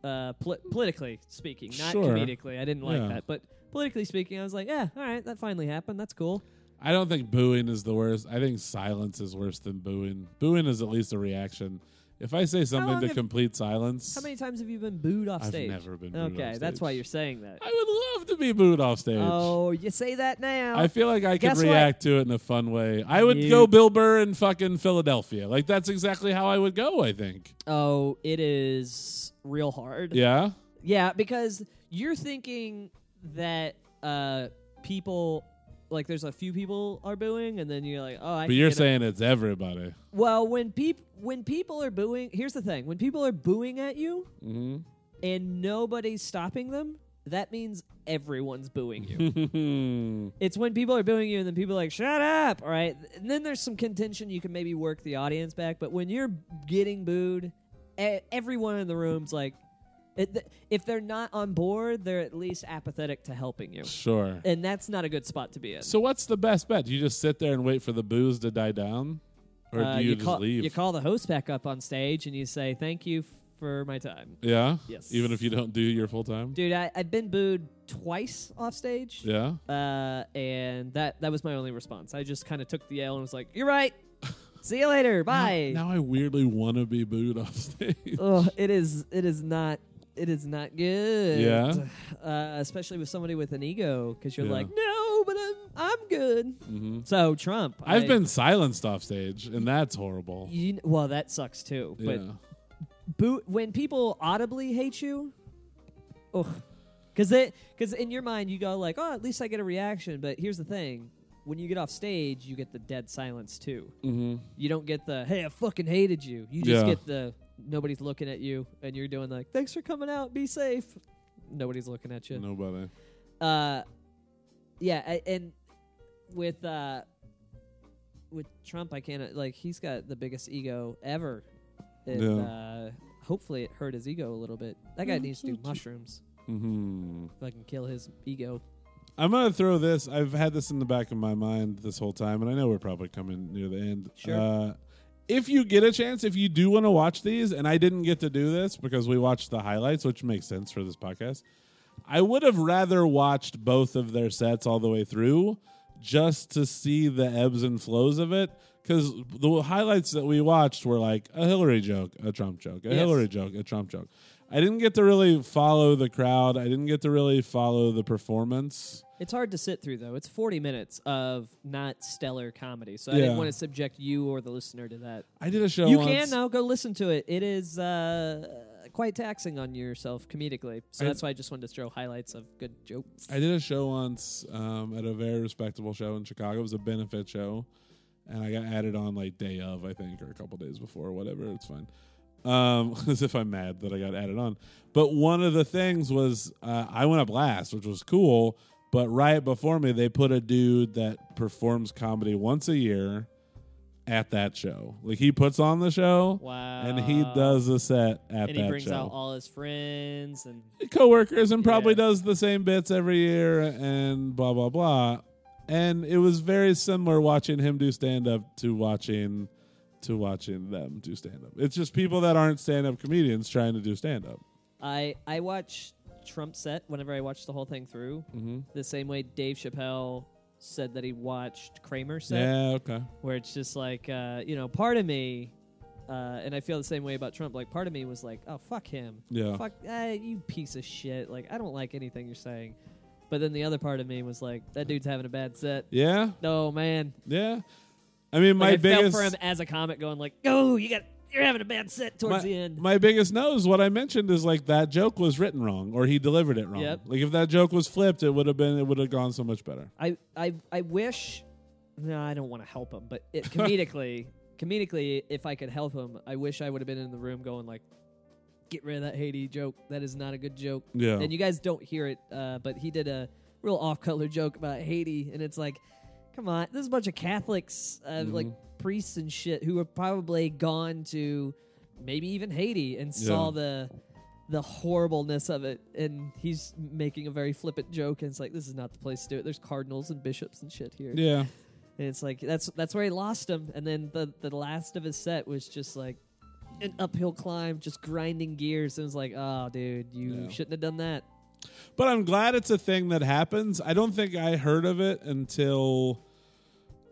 Speaker 1: Uh, pol- politically speaking, not
Speaker 2: Sure.
Speaker 1: comedically. I didn't like
Speaker 2: Yeah.
Speaker 1: that, but politically speaking, I was like, yeah, all right, that finally happened. That's cool.
Speaker 2: that. I don't think booing is the worst. I think silence is worse than booing. Booing is at least a reaction. If I say something
Speaker 1: long
Speaker 2: to
Speaker 1: have-
Speaker 2: complete silence,
Speaker 1: How many times have you been booed off
Speaker 2: I've
Speaker 1: stage?
Speaker 2: never been booed off
Speaker 1: Okay, that's why
Speaker 2: stage.
Speaker 1: you're saying that.
Speaker 2: I would love to be booed off stage.
Speaker 1: Oh, you say that now.
Speaker 2: I feel like I could
Speaker 1: Oh, Guess what?
Speaker 2: react to it in a fun way. I would
Speaker 1: You-
Speaker 2: go Bill Burr in fucking Philadelphia. Like that's exactly how I would go. I think.
Speaker 1: oh, it is real hard.
Speaker 2: Yeah.
Speaker 1: Yeah, because you're thinking that uh, people, like, there's a few people are booing, and then you're like, oh, I.
Speaker 2: But
Speaker 1: can
Speaker 2: you're
Speaker 1: get a-
Speaker 2: saying it's everybody.
Speaker 1: well, when peop when people are booing, here's the thing: when people are booing at you
Speaker 2: Mm-hmm.
Speaker 1: and nobody's stopping them, that means everyone's booing you.
Speaker 2: Mm-hmm.
Speaker 1: It's when people are booing you and then people are like, shut up. All right. And then there's some contention. You can maybe work the audience back. But when you're getting booed, e- everyone in the room's like, it- th- if they're not on board, they're at least apathetic to helping you.
Speaker 2: sure.
Speaker 1: And that's not a good spot to be in.
Speaker 2: So what's the best bet? Do you just sit there and wait for the booze to die down, or
Speaker 1: Uh,
Speaker 2: do you, just
Speaker 1: call,
Speaker 2: leave?
Speaker 1: You call the host back up on stage and you say, thank you f- for my time.
Speaker 2: yeah.
Speaker 1: Yes.
Speaker 2: Even if you don't do your full time.
Speaker 1: Dude, I, I've been booed twice off stage.
Speaker 2: yeah.
Speaker 1: Uh, and that, that was my only response. I just kind of took the L and was like, you're right. See you later. Bye.
Speaker 2: Now I weirdly want to be booed off stage.
Speaker 1: Ugh, it is. It is not. It is not good.
Speaker 2: Yeah.
Speaker 1: Uh, especially with somebody with an ego, because you're
Speaker 2: Yeah. Mm-hmm.
Speaker 1: like, no, but I'm I'm good. So Trump.
Speaker 2: I've
Speaker 1: I-
Speaker 2: been silenced off stage, and that's horrible.
Speaker 1: You, kn- well, that sucks too.
Speaker 2: Yeah.
Speaker 1: But boo, when people audibly hate you, ugh, because it because in your mind you go like, oh, at least I get a reaction. But here's the thing: when you get off stage, you get the dead silence too.
Speaker 2: mm-hmm.
Speaker 1: You don't get the hey, I fucking hated you. You just
Speaker 2: Yeah.
Speaker 1: get the nobody's looking at you, and you're doing like, thanks for coming out, be safe. Nobody's looking at you.
Speaker 2: Nobody.
Speaker 1: Uh, yeah, I, and with uh, with Trump, I can't like he's got the biggest ego ever. And,
Speaker 2: Yeah.
Speaker 1: uh, hopefully, it hurt his ego a little bit. That guy needs to do mushrooms.
Speaker 2: Mm-hmm.
Speaker 1: Fucking kill his ego.
Speaker 2: I'm gonna throw this. I've had this in the back of my mind this whole time, and I know we're probably coming near the end.
Speaker 1: Sure.
Speaker 2: Uh, if you get a chance, if you do want to watch these, and I didn't get to do this because we watched the highlights, which makes sense for this podcast. I would have rather watched both of their sets all the way through just to see the ebbs and flows of it. Because the highlights that we watched were like a Hillary joke, a Trump joke, a
Speaker 1: Yes.
Speaker 2: Hillary joke, a Trump joke. I didn't get to really follow the crowd. I didn't get to really follow the performance.
Speaker 1: It's hard to sit through though. It's forty minutes of not stellar comedy, so I didn't
Speaker 2: Yeah.
Speaker 1: want to subject you or the listener to that.
Speaker 2: I did a show.
Speaker 1: you
Speaker 2: once.
Speaker 1: can now go listen to it. It is uh, quite taxing on yourself comedically, so
Speaker 2: I-
Speaker 1: that's why I just wanted to throw highlights of good jokes.
Speaker 2: I did a show once um, at a very respectable show in Chicago. It was a benefit show, and I got added on like day of, I think, or a couple days before, whatever. It's fine. Um, as if I'm mad that I got added on. But one of the things was uh, I went up last, which was cool. But right before me, they put a dude that performs comedy once a year at that show. Like he puts on the show,
Speaker 1: Wow!
Speaker 2: and he does a set at
Speaker 1: and
Speaker 2: that
Speaker 1: he brings
Speaker 2: show
Speaker 1: out all his friends, and
Speaker 2: coworkers and probably
Speaker 1: Yeah.
Speaker 2: does the same bits every year and blah blah blah. And it was very similar watching him do stand up to watching to watching them do stand up. It's just people that aren't stand up comedians trying to do stand up.
Speaker 1: I I watch Trump set whenever I watch the whole thing through. Mm-hmm. The same way Dave Chappelle said that he watched Kramer set.
Speaker 2: Yeah, okay.
Speaker 1: where it's just like uh, you know part of me uh, and i feel the same way about trump like part of me was like oh fuck him
Speaker 2: Yeah.
Speaker 1: fuck eh, you piece of shit like i don't like anything you're saying but then the other part of me was like that dude's having a bad set
Speaker 2: Yeah,
Speaker 1: no man
Speaker 2: yeah. I mean,
Speaker 1: like,
Speaker 2: my
Speaker 1: I
Speaker 2: biggest
Speaker 1: felt for him as a comic going like oh you got you're having a bad set towards
Speaker 2: my,
Speaker 1: the end
Speaker 2: my biggest no is what I mentioned is like that joke was written wrong or he delivered it wrong.
Speaker 1: Yep.
Speaker 2: Like if that joke was flipped, it would have been it would have gone so much better.
Speaker 1: I, I I wish. No, I don't want to help him, but it, comedically, comedically, if I could help him, I wish I would have been in the room going like, "Get rid of that Haiti joke. That is not a good joke."
Speaker 2: Yeah.
Speaker 1: And you guys don't hear it, uh, but he did a real off-color joke about Haiti, and it's like, Come on, this is a bunch of Catholics, uh,
Speaker 2: Mm-hmm.
Speaker 1: like priests and shit, who have probably gone to maybe even Haiti and saw
Speaker 2: Yeah.
Speaker 1: the the horribleness of it. And he's making a very flippant joke, and it's like, this is not the place to do it. There's cardinals and bishops and shit here,
Speaker 2: Yeah.
Speaker 1: and it's like that's that's where he lost him. And then the the last of his set was just like an uphill climb, just grinding gears, and it was like, oh, dude, you
Speaker 2: Yeah.
Speaker 1: shouldn't have done that.
Speaker 2: But I'm glad it's a thing that happens. I don't think I heard of it until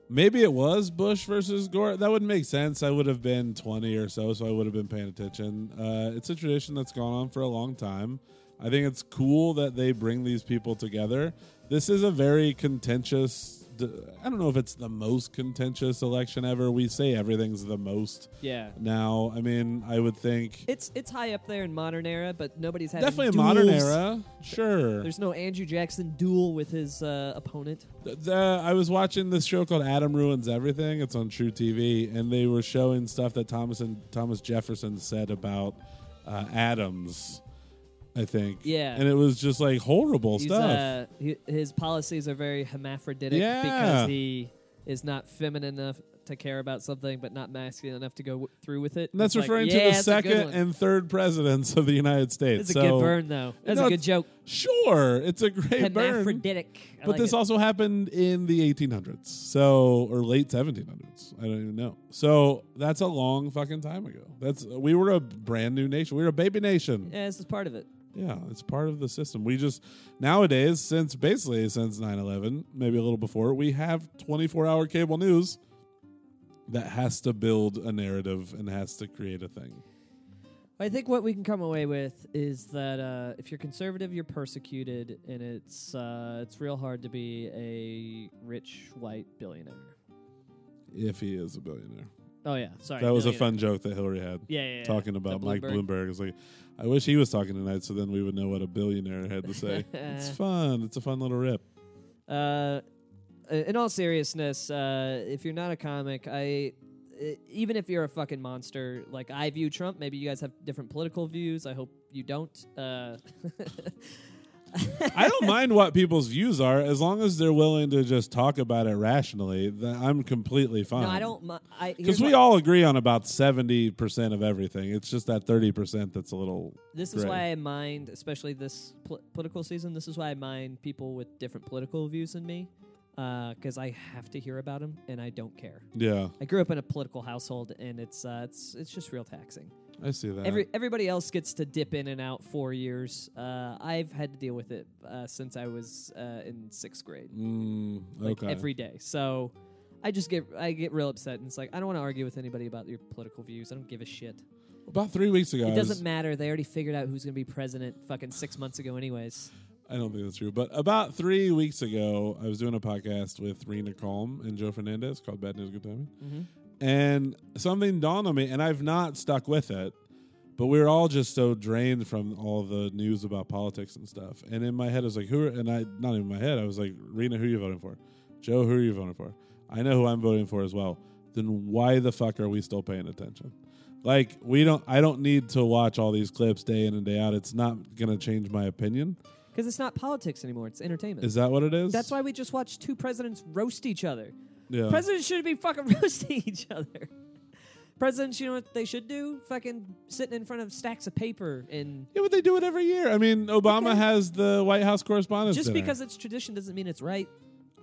Speaker 2: maybe it was Bush versus Gore. That would make sense. I would have been 20 or so, so I would have been paying attention. Uh, it's a tradition that's gone on for a long time. I think it's cool that they bring these people together. This is a very contentious. d- I don't know if it's the most contentious election ever. We say everything's the most
Speaker 1: Yeah.
Speaker 2: now. I mean, I would think
Speaker 1: It's it's high up there in modern era, but nobody's having
Speaker 2: definitely a
Speaker 1: duels.
Speaker 2: modern era. Sure,
Speaker 1: There's no Andrew Jackson duel with his uh, opponent.
Speaker 2: The, I was watching this show called Adam Ruins Everything. It's on True TV, and they were showing stuff that Thomas and Thomas Jefferson said about uh, Adams. I think,
Speaker 1: Yeah.
Speaker 2: and it was just like horrible
Speaker 1: He's,
Speaker 2: stuff.
Speaker 1: uh, he, his policies are very hermaphroditic
Speaker 2: Yeah.
Speaker 1: because he is not feminine enough to care about something, but not masculine enough to go w- through with it.
Speaker 2: and that's
Speaker 1: It's like,
Speaker 2: referring
Speaker 1: yeah,
Speaker 2: to the
Speaker 1: that's a good
Speaker 2: second
Speaker 1: one.
Speaker 2: and third presidents of the United States.
Speaker 1: That's a
Speaker 2: So-
Speaker 1: good burn, though. That's
Speaker 2: No,
Speaker 1: a good
Speaker 2: it's-
Speaker 1: joke.
Speaker 2: Sure, it's a great burn.
Speaker 1: hermaphroditic. I
Speaker 2: But
Speaker 1: like
Speaker 2: this
Speaker 1: it.
Speaker 2: also happened in the 1800s, so or late 1700s. I don't even know. So that's a long fucking time ago. That's we were a brand new nation. We were a baby nation. Yeah,
Speaker 1: yeah, this is part of it.
Speaker 2: it's part of the system. We just nowadays, since basically since 9/11, maybe a little before, we have 24-hour cable news that has to build a narrative and has to create a thing.
Speaker 1: I think what we can come away with is that uh, if you're conservative, you're persecuted, and it's uh, it's real hard to be a rich white billionaire.
Speaker 2: If he is a billionaire,
Speaker 1: Oh yeah, sorry.
Speaker 2: that was a
Speaker 1: billionaire.
Speaker 2: fun joke that Hillary had.
Speaker 1: Yeah, yeah, yeah.
Speaker 2: talking about
Speaker 1: The
Speaker 2: Mike
Speaker 1: Bloomberg.
Speaker 2: Bloomberg. It's like, I wish he was talking tonight, so then we would know what a billionaire had to say. it's fun. It's a fun little rip.
Speaker 1: Uh, in all seriousness, uh, if you're not a comic, I e- even if you're a fucking monster, like I view Trump. Maybe you guys have different political views. I hope you don't. Uh,
Speaker 2: I don't mind what people's views are as long as they're willing to just talk about it rationally. Then I'm completely fine.
Speaker 1: no, I don't. mi- I here's
Speaker 2: Because we
Speaker 1: why-
Speaker 2: all agree on about seventy percent of everything. It's just that thirty percent that's a little.
Speaker 1: This is
Speaker 2: gray.
Speaker 1: why I mind, especially this pol- political season. This is why I mind people with different political views than me, because I have to hear about them and I don't care.
Speaker 2: Yeah,
Speaker 1: I grew up in a political household, and it's uh, it's it's just real taxing.
Speaker 2: I see that.
Speaker 1: Every everybody else gets to dip in and out four years. Uh, I've had to deal with it uh, since I was uh, in sixth grade,
Speaker 2: Mm,
Speaker 1: like
Speaker 2: okay.
Speaker 1: every day. So I just get I get real upset, and it's like I don't want to argue with anybody about your political views. I don't give a shit.
Speaker 2: about three weeks ago,
Speaker 1: It
Speaker 2: I was-
Speaker 1: doesn't matter. They already figured out who's going to be president fucking six months ago, anyways.
Speaker 2: I don't think that's true. But about three weeks ago, I was doing a podcast with Rena Calm and Joe Fernandez called Bad News Good Timing. And something dawned on me, and I've not stuck with it, but we were all just so drained from all the news about politics and stuff. And in my head, I was like, who are, and I, not even in my head, I was like, Rena, who are you voting for? Joe, who are you voting for? I know who I'm voting for as well. Then why the fuck are we still paying attention? Like, we don't, I don't need to watch all these clips day in and day out. It's not going to change my opinion.
Speaker 1: Because it's not politics anymore; it's entertainment.
Speaker 2: Is that what it is?
Speaker 1: That's why we just watched two presidents roast each other.
Speaker 2: Yeah.
Speaker 1: Presidents should be fucking roasting each other. Presidents, you know what they should do? Fucking sitting in front of stacks of paper and
Speaker 2: yeah, but they do it every year. I mean, Obama has the White House Correspondents'
Speaker 1: just
Speaker 2: Dinner.
Speaker 1: because it's tradition doesn't mean it's right.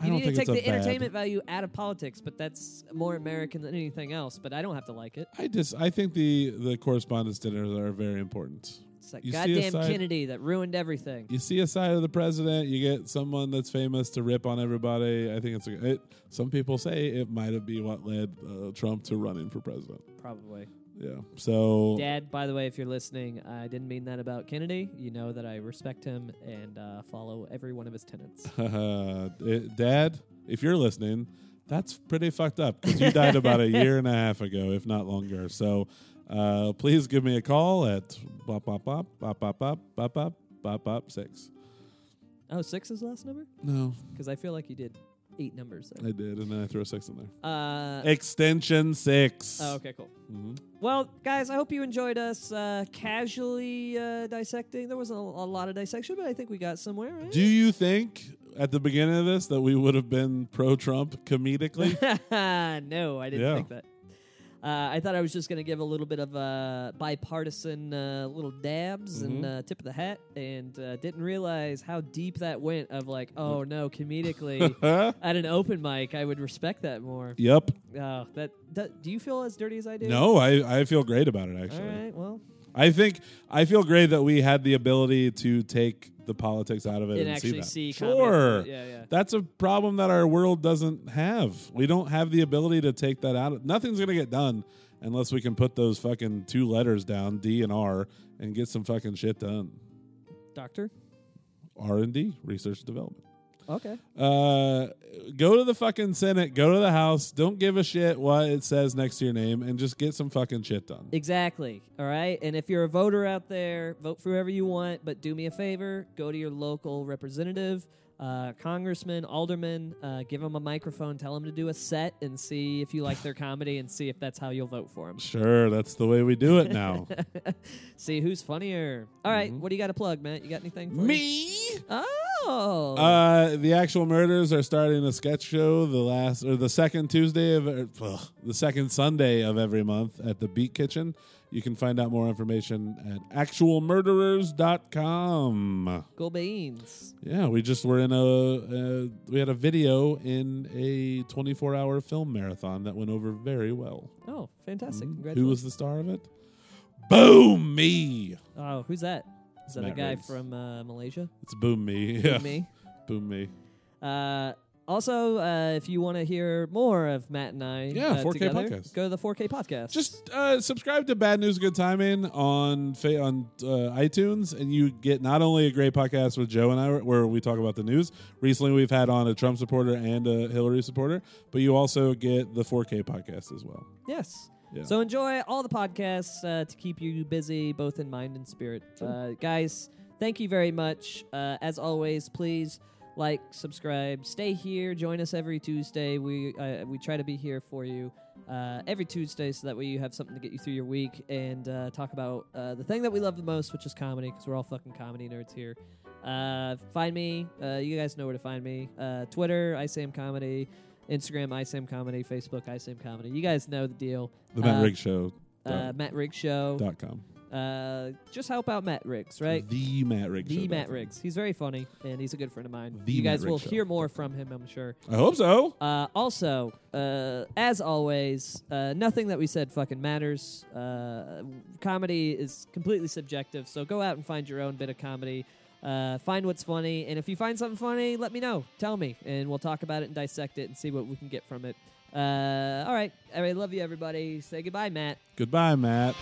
Speaker 2: I
Speaker 1: You
Speaker 2: don't
Speaker 1: need to
Speaker 2: think
Speaker 1: take
Speaker 2: it's a
Speaker 1: the
Speaker 2: bad-
Speaker 1: entertainment value out of politics, but that's more American than anything else. But I don't have to like it.
Speaker 2: I just I think the the Correspondents' dinners are very important.
Speaker 1: It's that
Speaker 2: You see a
Speaker 1: goddamn
Speaker 2: side-
Speaker 1: Kennedy that ruined everything.
Speaker 2: You see a side of the president. You get someone that's famous to rip on everybody. I think it's a, it, some people say it might have been what led uh, Trump to running for president.
Speaker 1: Probably.
Speaker 2: Yeah. So
Speaker 1: Dad, by the way, if you're listening, I didn't mean that about Kennedy. You know that I respect him and uh, follow every one of his tenets.
Speaker 2: it- Uh, eh, Dad, if you're listening, that's pretty fucked up 'cause you died about a year and a half ago, if not longer. So uh, please give me a call at bop bop bop bop bop bop bop bop bop bop six.
Speaker 1: oh, six is the last number?
Speaker 2: No,
Speaker 1: Because I feel like you did eight numbers there.
Speaker 2: I did, and then I threw a six in there.
Speaker 1: Uh,
Speaker 2: Extension six.
Speaker 1: oh, okay, cool.
Speaker 2: Mm-hmm.
Speaker 1: Well, guys, I hope you enjoyed us uh, casually uh, dissecting. There wasn't a, a lot of dissection, but I think we got somewhere, right?
Speaker 2: Do you think at the beginning of this that we would have been pro Trump comedically?
Speaker 1: no, I didn't
Speaker 2: Yeah.
Speaker 1: think that. Uh, I thought I was just going to give a little bit of uh, bipartisan uh, little dabs and
Speaker 2: Mm-hmm.
Speaker 1: uh, tip of the hat, and uh, didn't realize how deep that went. Of like, oh no, comedically at an open mic, I would respect that more.
Speaker 2: yep.
Speaker 1: Oh, that, that do you feel as dirty as I do?
Speaker 2: No, I, I feel great about it
Speaker 1: All
Speaker 2: actually.
Speaker 1: right. Well,
Speaker 2: I think I feel great that we had the ability to take the politics out of it
Speaker 1: And
Speaker 2: and,
Speaker 1: actually see
Speaker 2: see that.
Speaker 1: comments
Speaker 2: sure,
Speaker 1: on it. Yeah, yeah.
Speaker 2: That's a problem that our world doesn't have. We don't have the ability to take that out. of- Nothing's gonna get done unless we can put those fucking two letters down, D and R, and get some fucking shit done.
Speaker 1: doctor.
Speaker 2: R and D, research and development.
Speaker 1: Okay.
Speaker 2: Uh, go to the fucking Senate, go to the House. Don't give a shit what it says next to your name, and just get some fucking shit done.
Speaker 1: Exactly. All right. And if you're a voter out there, vote for whoever you want, but do me a favor go to your local representative, uh, congressman, alderman, uh, give them a microphone, tell them to do a set, and see if you like their comedy and see if that's how you'll vote for them.
Speaker 2: Sure, that's the way we do it now.
Speaker 1: See who's funnier. All right, What do you got to plug, Matt? You got anything for You?
Speaker 2: Mm-hmm. Me.
Speaker 1: Oh.
Speaker 2: Uh, the actual murders are starting a sketch show the last or the second Tuesday of er, ugh, the second Sunday of every month at the Beat Kitchen. You can find out more information at actualmurderers.com.
Speaker 1: Go Beans.
Speaker 2: Yeah, we just were in a uh, we had a video in a 24-hour film marathon that went over very well.
Speaker 1: Oh, fantastic. Congratulations.
Speaker 2: mm-hmm. Who was the star of it? Boom me.
Speaker 1: oh, who's that? Is that a
Speaker 2: Matt
Speaker 1: guy
Speaker 2: Reeves.
Speaker 1: from uh, Malaysia?
Speaker 2: It's boom me. Yeah.
Speaker 1: Me?
Speaker 2: Boom me.
Speaker 1: Uh, also, uh, if you want to hear more of Matt and I,
Speaker 2: Yeah,
Speaker 1: uh,
Speaker 2: 4K
Speaker 1: together,
Speaker 2: podcast.
Speaker 1: go to the 4K podcast.
Speaker 2: Just uh, subscribe to Bad News Good Timing on fa- on uh, iTunes, and you get not only a great podcast with Joe and I, where we talk about the news. Recently, we've had on a Trump supporter and a Hillary supporter, but you also get the 4K podcast as well.
Speaker 1: yes.
Speaker 2: Yeah.
Speaker 1: So enjoy all the podcasts uh, to keep you busy, both in mind and spirit. Uh, guys, thank you very much. Uh, as always, please like, subscribe, stay here, join us every Tuesday. We uh, we try to be here for you uh, every Tuesday, so that way you have something to get you through your week and uh, talk about uh, the thing that we love the most, which is comedy, because we're all fucking comedy nerds here. Uh, find me. Uh, you guys know where to find me. Uh, Twitter, I Sam Comedy. Instagram, I Sam Comedy. Facebook, I Sam Comedy. You guys know the deal.
Speaker 2: The Matt
Speaker 1: Uh,
Speaker 2: Riggs Show.
Speaker 1: uh,
Speaker 2: dot,
Speaker 1: Matt Riggs show.
Speaker 2: dot com.
Speaker 1: Uh, just help out Matt Riggs, right?
Speaker 2: The Matt Riggs.
Speaker 1: The,
Speaker 2: Show dot
Speaker 1: Matt
Speaker 2: com.
Speaker 1: Riggs. He's very funny, and he's a good friend of mine.
Speaker 2: The
Speaker 1: you guys
Speaker 2: Matt
Speaker 1: will
Speaker 2: Riggs Show.
Speaker 1: hear more from him, I'm sure.
Speaker 2: I hope so.
Speaker 1: Uh, also, uh, as always, uh, nothing that we said fucking matters. Uh, comedy is completely subjective, so go out and find your own bit of comedy. Uh, find what's funny, and if you find something funny, let me know. Tell me, and we'll talk about it and dissect it and see what we can get from it. Uh, all right, I love you, everybody. Say goodbye, Matt.
Speaker 2: Goodbye, Matt.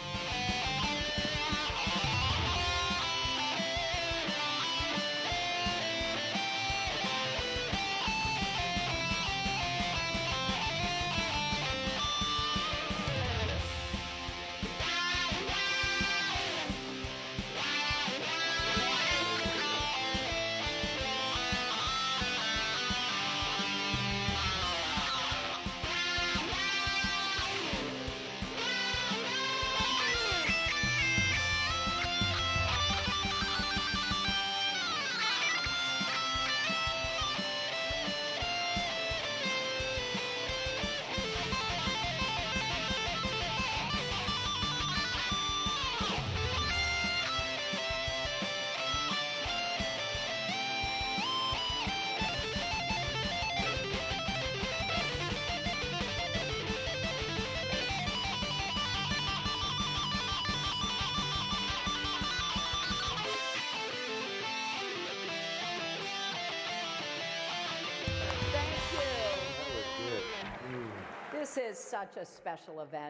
Speaker 4: Thank you.
Speaker 3: That was good. Mm.
Speaker 4: This is such a special event.